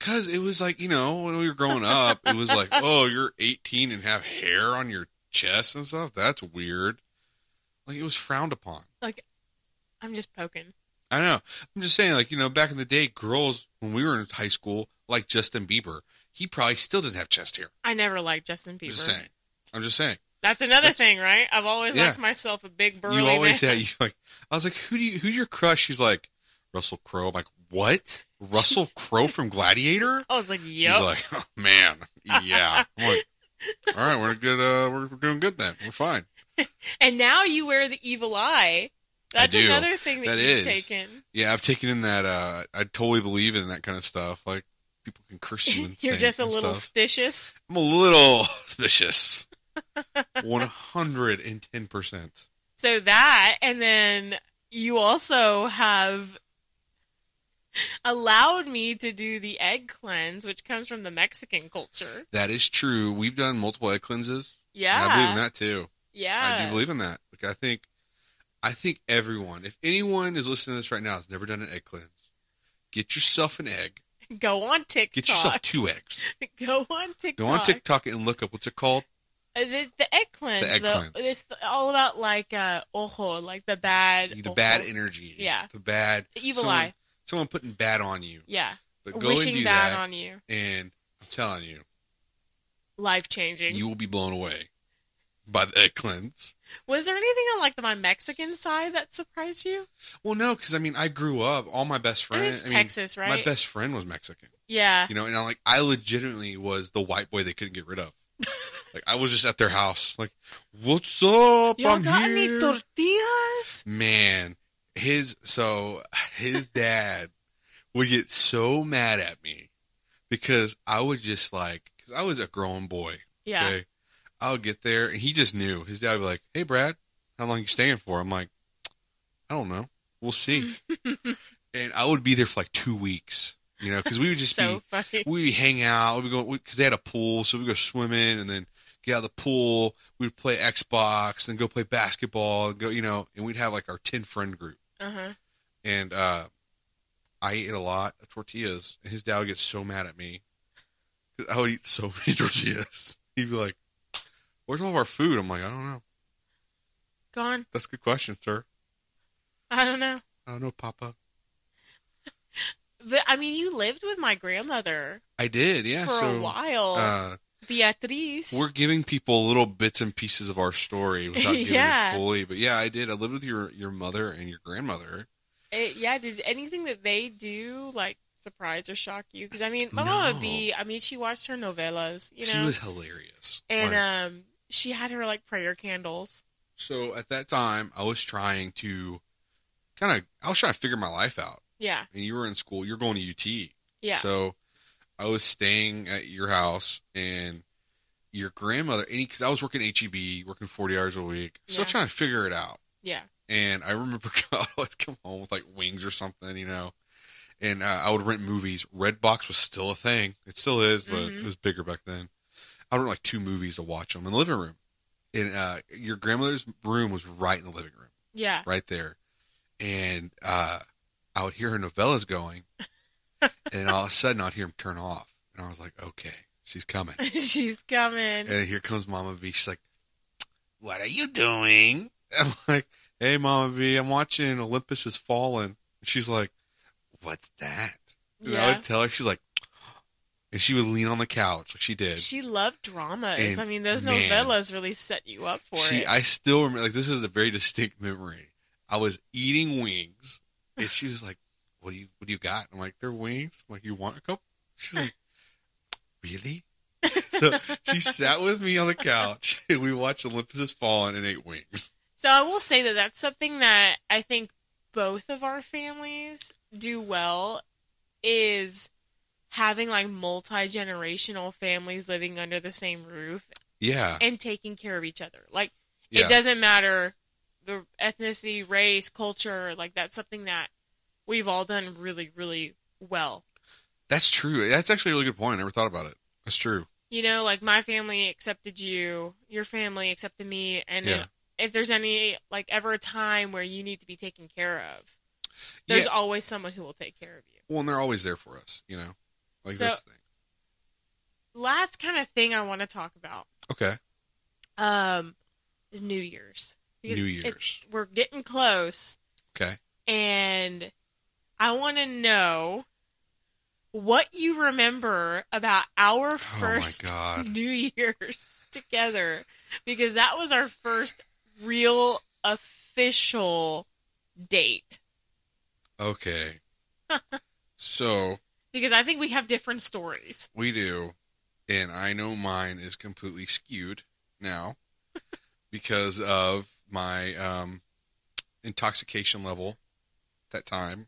S1: Cause it was like you know when we were growing up, it was like, oh, you're 18 and have hair on your chest and stuff. That's weird. Like it was frowned upon.
S2: I'm just poking.
S1: I know. I'm just saying, like, you know, back in the day, girls, when we were in high school, like Justin Bieber, he probably still doesn't have chest hair.
S2: I never liked Justin
S1: I'm
S2: Bieber.
S1: just saying. I'm just saying.
S2: That's another
S1: That's-
S2: thing, right? I've always
S1: Yeah.
S2: liked myself a big burly
S1: you always
S2: man.
S1: had, you like, I was like, who do you, who's your crush? She's like, Russell Crowe. I'm like, what? Russell Crowe from Gladiator?
S2: I was like,
S1: She's
S2: yep.
S1: like, oh, man, yeah. I'm like, all right, we're good. Uh, we're, we're doing good then. We're fine.
S2: and now you wear the evil eye. That's
S1: do.
S2: another thing that,
S1: That
S2: you've
S1: is.
S2: taken.
S1: Yeah, I've taken in that. Uh, I totally believe in that kind of stuff. Like, people can curse you. And
S2: You're
S1: thing-
S2: just a
S1: and
S2: little
S1: stuff.
S2: stitious.
S1: I'm a little suspicious. One hundred and ten percent.
S2: So that, and then you also have allowed me to do the egg cleanse, which comes from the Mexican culture.
S1: That is true. We've done multiple egg cleanses.
S2: Yeah.
S1: And I believe in that too.
S2: Yeah.
S1: I do believe in that. Like I think, I think everyone, if anyone is listening to this right now, has never done an egg cleanse. Get yourself an egg.
S2: Go on TikTok.
S1: Get yourself two eggs.
S2: Go on TikTok.
S1: Go on TikTok and look up what's it called.
S2: Uh, The, the egg cleanse.
S1: egg
S2: though,
S1: cleanse.
S2: It's all about like uh, ojo, like the bad,
S1: The
S2: ojo.
S1: bad energy.
S2: Yeah.
S1: The bad.
S2: The evil
S1: someone,
S2: eye.
S1: Someone putting bad on you.
S2: Yeah,
S1: But go
S2: wishing
S1: and do
S2: bad
S1: that,
S2: on you,
S1: and I'm telling you,
S2: life changing.
S1: you will be blown away by the egg cleanse.
S2: Was there anything on like the, my Mexican side that surprised you?
S1: Well, no, because I mean, I grew up. All my best
S2: I mean,
S1: friends,
S2: it's Texas, right?
S1: My best friend was Mexican,
S2: yeah,
S1: you know, and I like, I legitimately was the white boy they couldn't get rid of. like, I was just at their house, like, "What's up?
S2: y'all
S1: I'm
S2: got
S1: here."
S2: any tortillas?
S1: Man, his so his dad would get so mad at me because I would just like, because I was a grown boy.
S2: Yeah,
S1: Okay, I would get there, and he just knew. His dad would be like, "Hey, Brad, how long you staying for?" I'm like, "I don't know. We'll see." and I would be there for like two weeks, you know, because we would just
S2: so funny.
S1: be we hang out, we go because they had a pool, so we go swimming and then get out of the pool. We'd play Xbox and go play basketball and go, you know, and we'd have like our ten friend group.
S2: Uh huh.
S1: And uh, I ate a lot of tortillas, and his dad would get so mad at me 'Cause I would eat so many tortillas. He'd be like, "Where's all of our food?" I'm like, "I don't know.
S2: Gone.
S1: That's a good question, sir.
S2: I don't know.
S1: I don't know, Papa."
S2: But I mean, you lived with my grandmother
S1: I did, yeah.
S2: for
S1: so,
S2: a while,
S1: Uh,
S2: Beatriz.
S1: We're giving people little bits and pieces of our story without giving
S2: Yeah.
S1: it fully. But yeah, I did. I lived with your your mother and your grandmother.
S2: Eh, yeah, did anything that they do like surprise or shock you? Because I mean, my mom would be. I mean, she watched her novellas, you
S1: she
S2: know,
S1: was hilarious.
S2: and
S1: Like,
S2: um, she had her like prayer candles.
S1: so at that time, I was trying to kind of I was trying to figure my life out.
S2: Yeah,
S1: And you were in school. You're going to UT.
S2: yeah,
S1: So I was staying at your house and your grandmother. And because I was working HEB, working forty hours a week, still
S2: Yeah.
S1: trying to figure it out.
S2: yeah.
S1: and I remember I would come home with like wings or something, you know. and uh, I would rent movies. Redbox was still a thing. It still is, but
S2: Mhm.
S1: it was bigger back then. I would rent like two movies to watch them in the living room. And uh, your grandmother's room was right in the living room,
S2: Yeah.
S1: right there. And uh, I would hear her novellas going, and then all of a sudden I'd hear them turn off, and I was like, "Okay, she's coming."
S2: She's coming.
S1: And here comes Mama V. She's like, "What are you doing?" I'm like, "Hey, Mama V, I'm watching Olympus Has Fallen." And she's like, "What's that?" And I
S2: yeah.
S1: would tell her. She's like, and she would lean on the couch like she did.
S2: She loved dramas.
S1: And,
S2: I mean, those
S1: man,
S2: novellas really set you up for
S1: She-
S2: it.
S1: I still remember. Like this is a very distinct memory. I was eating wings, and she was like, "What do you What do you got?" I'm like, "They're wings." I'm like, "You want a couple?" She's like, "Really?" so she sat with me on the couch, and we watched Olympus Has Fallen and ate wings.
S2: so I will say that that's something that I think both of our families do well is having like multi generational families living under the same roof
S1: Yeah,
S2: and taking care of each other. Like
S1: yeah,
S2: it doesn't matter the ethnicity, race, culture. Like that's something that we've all done really, really well.
S1: that's true. That's actually a really good point. I never thought about it. That's true.
S2: you know, like my family accepted you, your family accepted me, and
S1: Yeah.
S2: if there's any like ever a time where you need to be taken care of, there's
S1: yeah.
S2: always someone who will take care of you.
S1: Well, and they're always there for us. You know, like
S2: So-
S1: this thing.
S2: Last kind of thing I want to talk about
S1: Okay,
S2: um, is New Year's. Because
S1: New
S2: it's-
S1: Year's.
S2: we're getting close,
S1: okay.
S2: and I want to know what you remember about our first
S1: oh my god.
S2: New Year's together because that was our first real official date.
S1: Okay. so
S2: Because I think we have different stories.
S1: we do, and I know mine is completely skewed now because of my um, intoxication level at that time.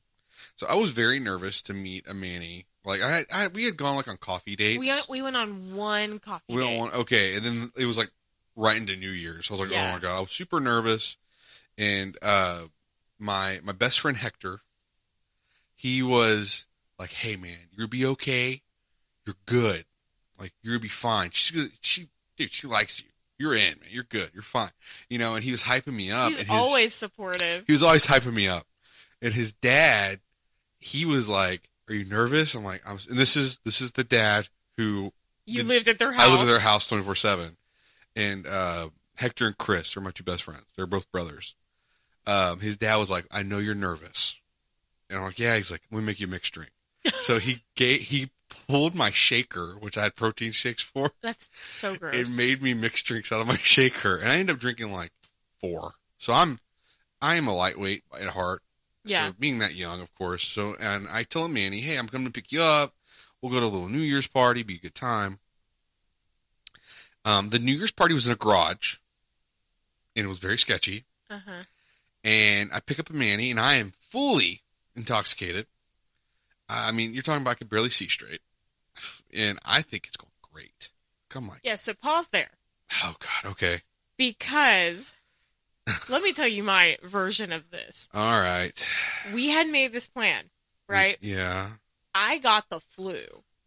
S1: So I was very nervous to meet a Manny. Like I, had, I we had gone like on coffee dates.
S2: We we went on one coffee
S1: We don't
S2: date.
S1: want okay, and then it was like right into New Year's. I was like,
S2: Yeah.
S1: oh my god, I was super nervous, and uh, my my best friend Hector, he was like, hey man, you'll be okay, you're good, like you'll be fine. She's good. She dude, she likes you. You're in, man. You're good. You're fine. You know, and he was hyping me up.
S2: He's
S1: and his,
S2: always supportive.
S1: he was always hyping me up. And his dad, he was like, "Are you nervous?" I'm like, "I'm." And this is this is the dad who
S2: You
S1: did-
S2: lived at their house.
S1: I live at their house twenty four seven, and uh, Hector and Chris are my two best friends. They're both brothers. Um, his dad was like, "I know you're nervous," and I'm like, "Yeah." He's like, "We make you a mixed drink." so he gave, he pulled my shaker, which I had protein shakes for,
S2: That's so gross.
S1: it made me mix drinks out of my shaker, and I ended up drinking like four. So I'm I am a lightweight at heart.
S2: Yeah.
S1: So being that young, of course. So and I tell Manny, hey, I'm coming to pick you up. We'll go to a little New Year's party. Be a good time. Um, the New Year's party was in a garage, and it was very sketchy.
S2: uh-huh.
S1: And I pick up Manny, and I am fully intoxicated. I mean, you're talking about I could barely see straight, and I think it's going great. Come on.
S2: Yeah, so pause there.
S1: Oh God. Okay.
S2: Because let me tell you my version of this.
S1: All right.
S2: We had made this plan, right?
S1: Yeah,
S2: I got the flu.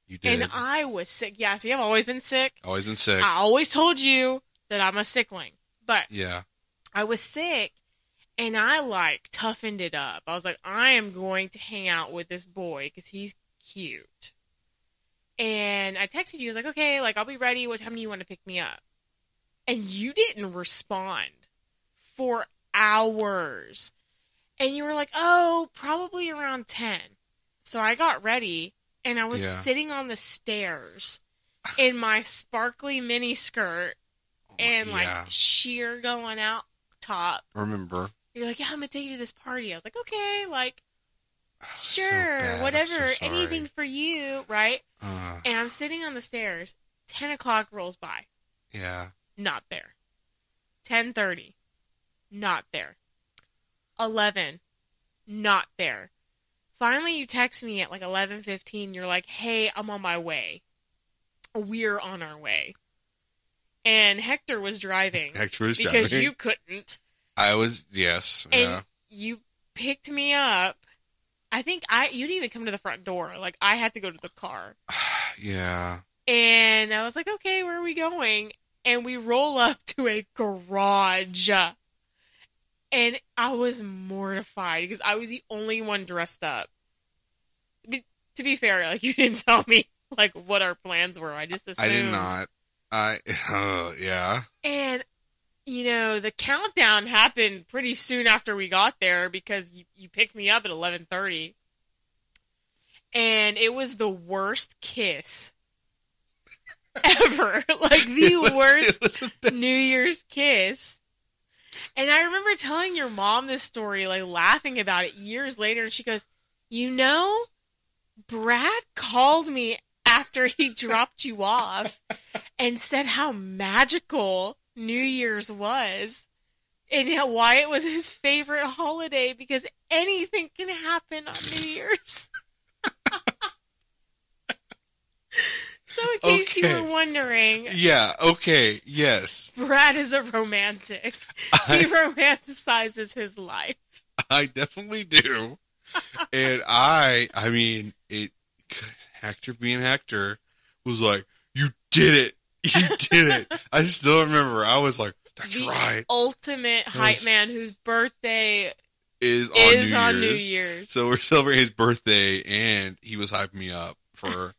S1: you did.
S2: And I was sick. Yeah, see, I've always been sick.
S1: Always been sick.
S2: I always told you that I'm a sickling, but
S1: Yeah.
S2: I was sick and I like toughened it up. I was like, I am going to hang out with this boy because he's cute. And I texted you, I was like, okay, like I'll be ready. What time do you want to pick me up? And you didn't respond for hours. And you were like, oh, probably around 10. So I got ready and I was
S1: Yeah.
S2: sitting on the stairs in my sparkly mini skirt and like
S1: yeah.
S2: sheer going out top.
S1: I remember.
S2: You're like, yeah, I'm gonna take you to this party. I was like, okay, like
S1: Oh, so
S2: sure,
S1: bad. I'm
S2: whatever,
S1: so sorry.
S2: anything for you, right?
S1: Uh,
S2: And I'm sitting on the stairs. Ten o'clock rolls by,
S1: yeah.
S2: not there. Ten thirty, not there. Eleven, not there. Finally, you text me at like eleven fifteen. You're like, hey, I'm on my way. We're on our way. And Hector was driving
S1: Hector was
S2: because
S1: driving.
S2: you couldn't.
S1: I was. Yes.
S2: And
S1: yeah.
S2: you picked me up I think I you didn't even come to the front door. Like I had to go to the car.
S1: yeah.
S2: And I was like, okay, where are we going? And we roll up to a garage. And I was mortified because I was the only one dressed up. But to be fair, like you didn't tell me like what our plans were. I just assumed.
S1: I did not. I oh, yeah.
S2: And you know, the countdown happened pretty soon after we got there because you, you picked me up at 11:30. And it was the worst kiss ever. like the
S1: It was-
S2: worst
S1: it was the best-
S2: New Year's kiss. And I remember telling your mom this story, like laughing about it years later, and she goes, You know, Brad called me after he dropped you off and said how magical New Year's was and how- why it was his favorite holiday because anything can happen on New Year's. so, in case you
S1: Okay.
S2: were wondering,
S1: Yeah. Okay. Yes.
S2: Brad is a romantic. He
S1: I,
S2: romanticizes his life.
S1: I definitely do. And I, I mean, it. Hector being Hector was like, "You did it. You did it." I still remember. I was like, "That's
S2: the
S1: right."
S2: ultimate hype
S1: Yes.
S2: man whose birthday
S1: Is on
S2: is
S1: New
S2: on
S1: Year's.
S2: New Year's.
S1: So we're celebrating his birthday, and he was hyping me up for.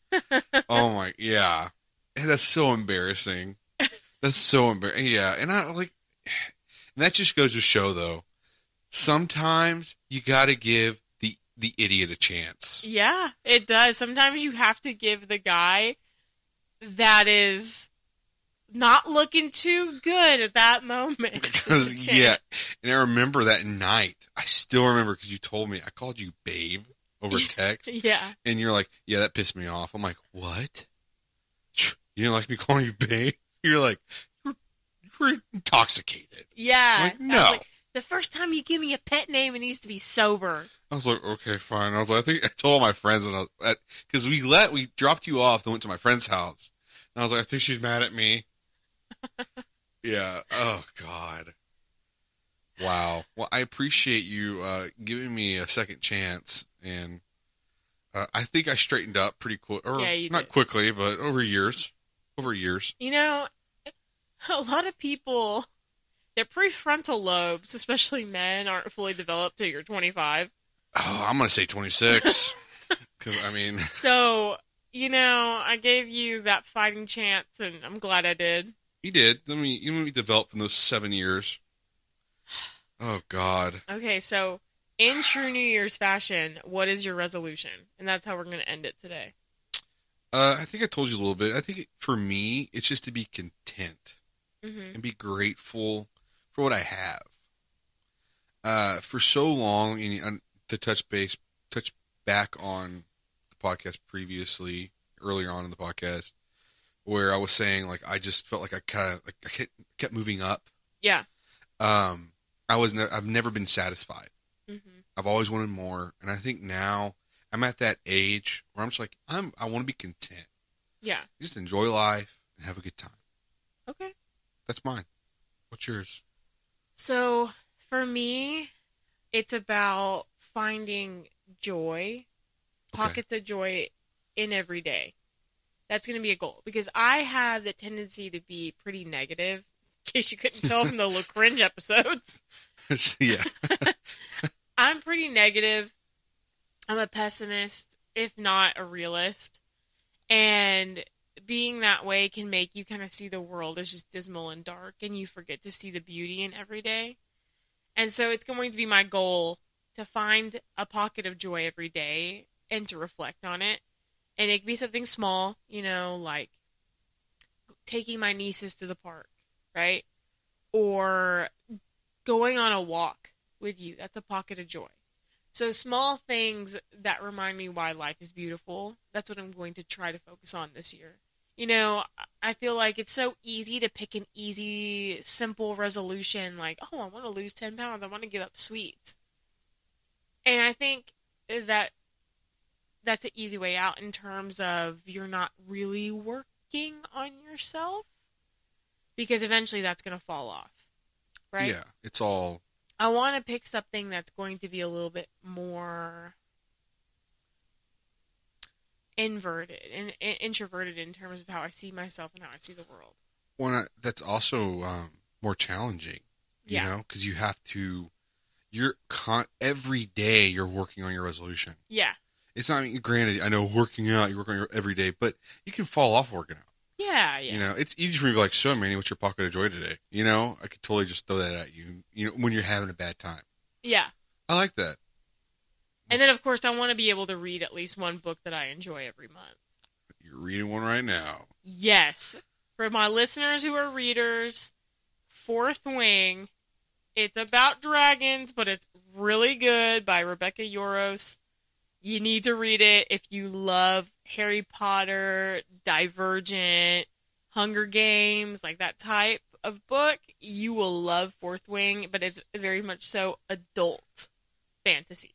S1: oh my, yeah, And that's so embarrassing. That's so embarrassing. Yeah, and I like and that just goes to show though. Sometimes you got to give the the idiot a chance.
S2: yeah, it does. Sometimes you have to give the guy that is not looking too good at that moment. a
S1: Because
S2: chance.
S1: yeah, and I remember that night. I still remember because you told me I called you babe over text,
S2: Yeah.
S1: and you're like, "Yeah, that pissed me off." I'm like, "What? You didn't like me calling you babe?" You're like, "You're, you're intoxicated."
S2: Yeah.
S1: Like,
S2: I was
S1: no.
S2: like, the first time you give me a pet name, it needs to be sober.
S1: I was like, "Okay, fine." I was like, "I think I told all my friends when I was because we let we dropped you off and went to my friend's house." And I was like, "I think she's mad at me." yeah. Oh God. Wow. Well, I appreciate you uh, giving me a second chance, and uh, I think I straightened up pretty quick, or
S2: Yeah, you
S1: not
S2: did.
S1: quickly, but over years, over years.
S2: You know, a lot of people, their prefrontal lobes, especially men, aren't fully developed till you're 25.
S1: Oh, I'm gonna say 26 because I mean,
S2: So, you know, I gave you that fighting chance, and I'm glad I did.
S1: you did. Let me you let me develop from those seven years. Oh God.
S2: Okay, so in true New Year's fashion, what is your resolution? And that's how we're going to end it today.
S1: Uh, I think I told you a little bit. I think for me, it's just to be content
S2: hmm
S1: and be grateful for what I have. Uh, for so long, and and to touch base, touch back on the podcast previously, earlier on in the podcast, where I was saying like I just felt like I kind of like I kept, kept moving up.
S2: Yeah.
S1: Um, I was ne- I've never been satisfied.
S2: hmm
S1: I've always wanted more, and I think now I'm at that age where I'm just like I'm I want to be content,
S2: Yeah.
S1: just enjoy life and have a good time.
S2: Okay.
S1: That's mine. What's yours?
S2: So for me, it's about finding joy, pockets of joy in every day. That's going to be a goal because I have the tendency to be pretty negative. In case you couldn't tell from the little cringe episodes,
S1: yeah,
S2: I'm pretty negative. I'm a pessimist, if not a realist. And being that way can make you kind of see the world as just dismal and dark and you forget to see the beauty in every day. And so it's going to be my goal to find a pocket of joy every day and to reflect on it. And it could be something small, you know, like taking my nieces to the park, right? Or going on a walk with you. That's a pocket of joy. So small things that remind me why life is beautiful. That's what I'm going to try to focus on this year. You know, I- I feel like it's so easy to pick an easy, simple resolution like, oh, I want to lose 10 pounds. I want to give up sweets. And I think that that's an easy way out in terms of you're not really working on yourself because eventually that's going to fall off. Right?
S1: yeah. It's all
S2: I want to pick something that's going to be a little bit more inverted and, and introverted in terms of how I see myself and how I see the world.
S1: Well, I, that's also um, more challenging, you
S2: Yeah.
S1: know, because you have to. You're con- every day you're working on your resolution.
S2: Yeah.
S1: It's not I mean, granted. I know working out, you work on your every day, but you can fall off working out.
S2: Yeah. Yeah.
S1: You know, it's easy for me to be like, "Show me what's your pocket of joy today." You know, I could totally just throw that at you. You know, when you're having a bad time,
S2: Yeah.
S1: I like that.
S2: And then, of course, I want to be able to read at least one book that I enjoy every month.
S1: You're reading one right now.
S2: Yes. For my listeners who are readers, Fourth Wing. It's about dragons, but it's really good by Rebecca Yoros. You need to read it if you love Harry Potter, Divergent, Hunger Games, like that type of book. You will love Fourth Wing, but it's very much so adult fantasy.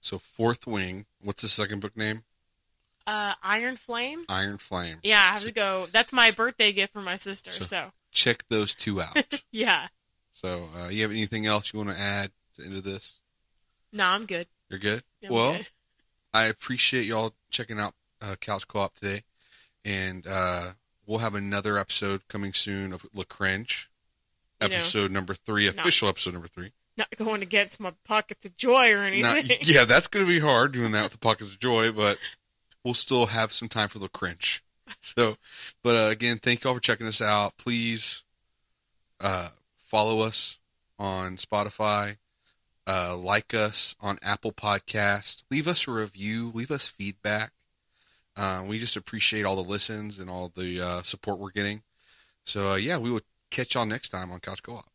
S1: So, Fourth Wing. What's the second book name?
S2: Uh, Iron Flame?
S1: Iron Flame.
S2: Yeah, I have to go. That's my birthday gift for my sister,
S1: Sure.
S2: so
S1: Check those two out.
S2: yeah.
S1: so, uh, you have anything else you want to add into this?
S2: No, I'm good.
S1: You're good.
S2: I'm
S1: well,
S2: good.
S1: I appreciate y'all checking out uh, Couch Co-op today, and uh, we'll have another episode coming soon of La Cringe,
S2: You know.
S1: episode number three, official episode number three.
S2: not going against my pockets of joy or anything.
S1: Not- yeah, that's gonna be hard doing that with the pockets of joy, but we'll still have some time for La Cringe. So, but uh, again, thank y'all for checking us out. Please uh, follow us on Spotify. Uh, like us on Apple Podcast. Leave us a review. Leave us feedback. Uh, we just appreciate all the listens and all the uh, support we're getting. So, uh, yeah, we will catch y'all next time on Couch Co op.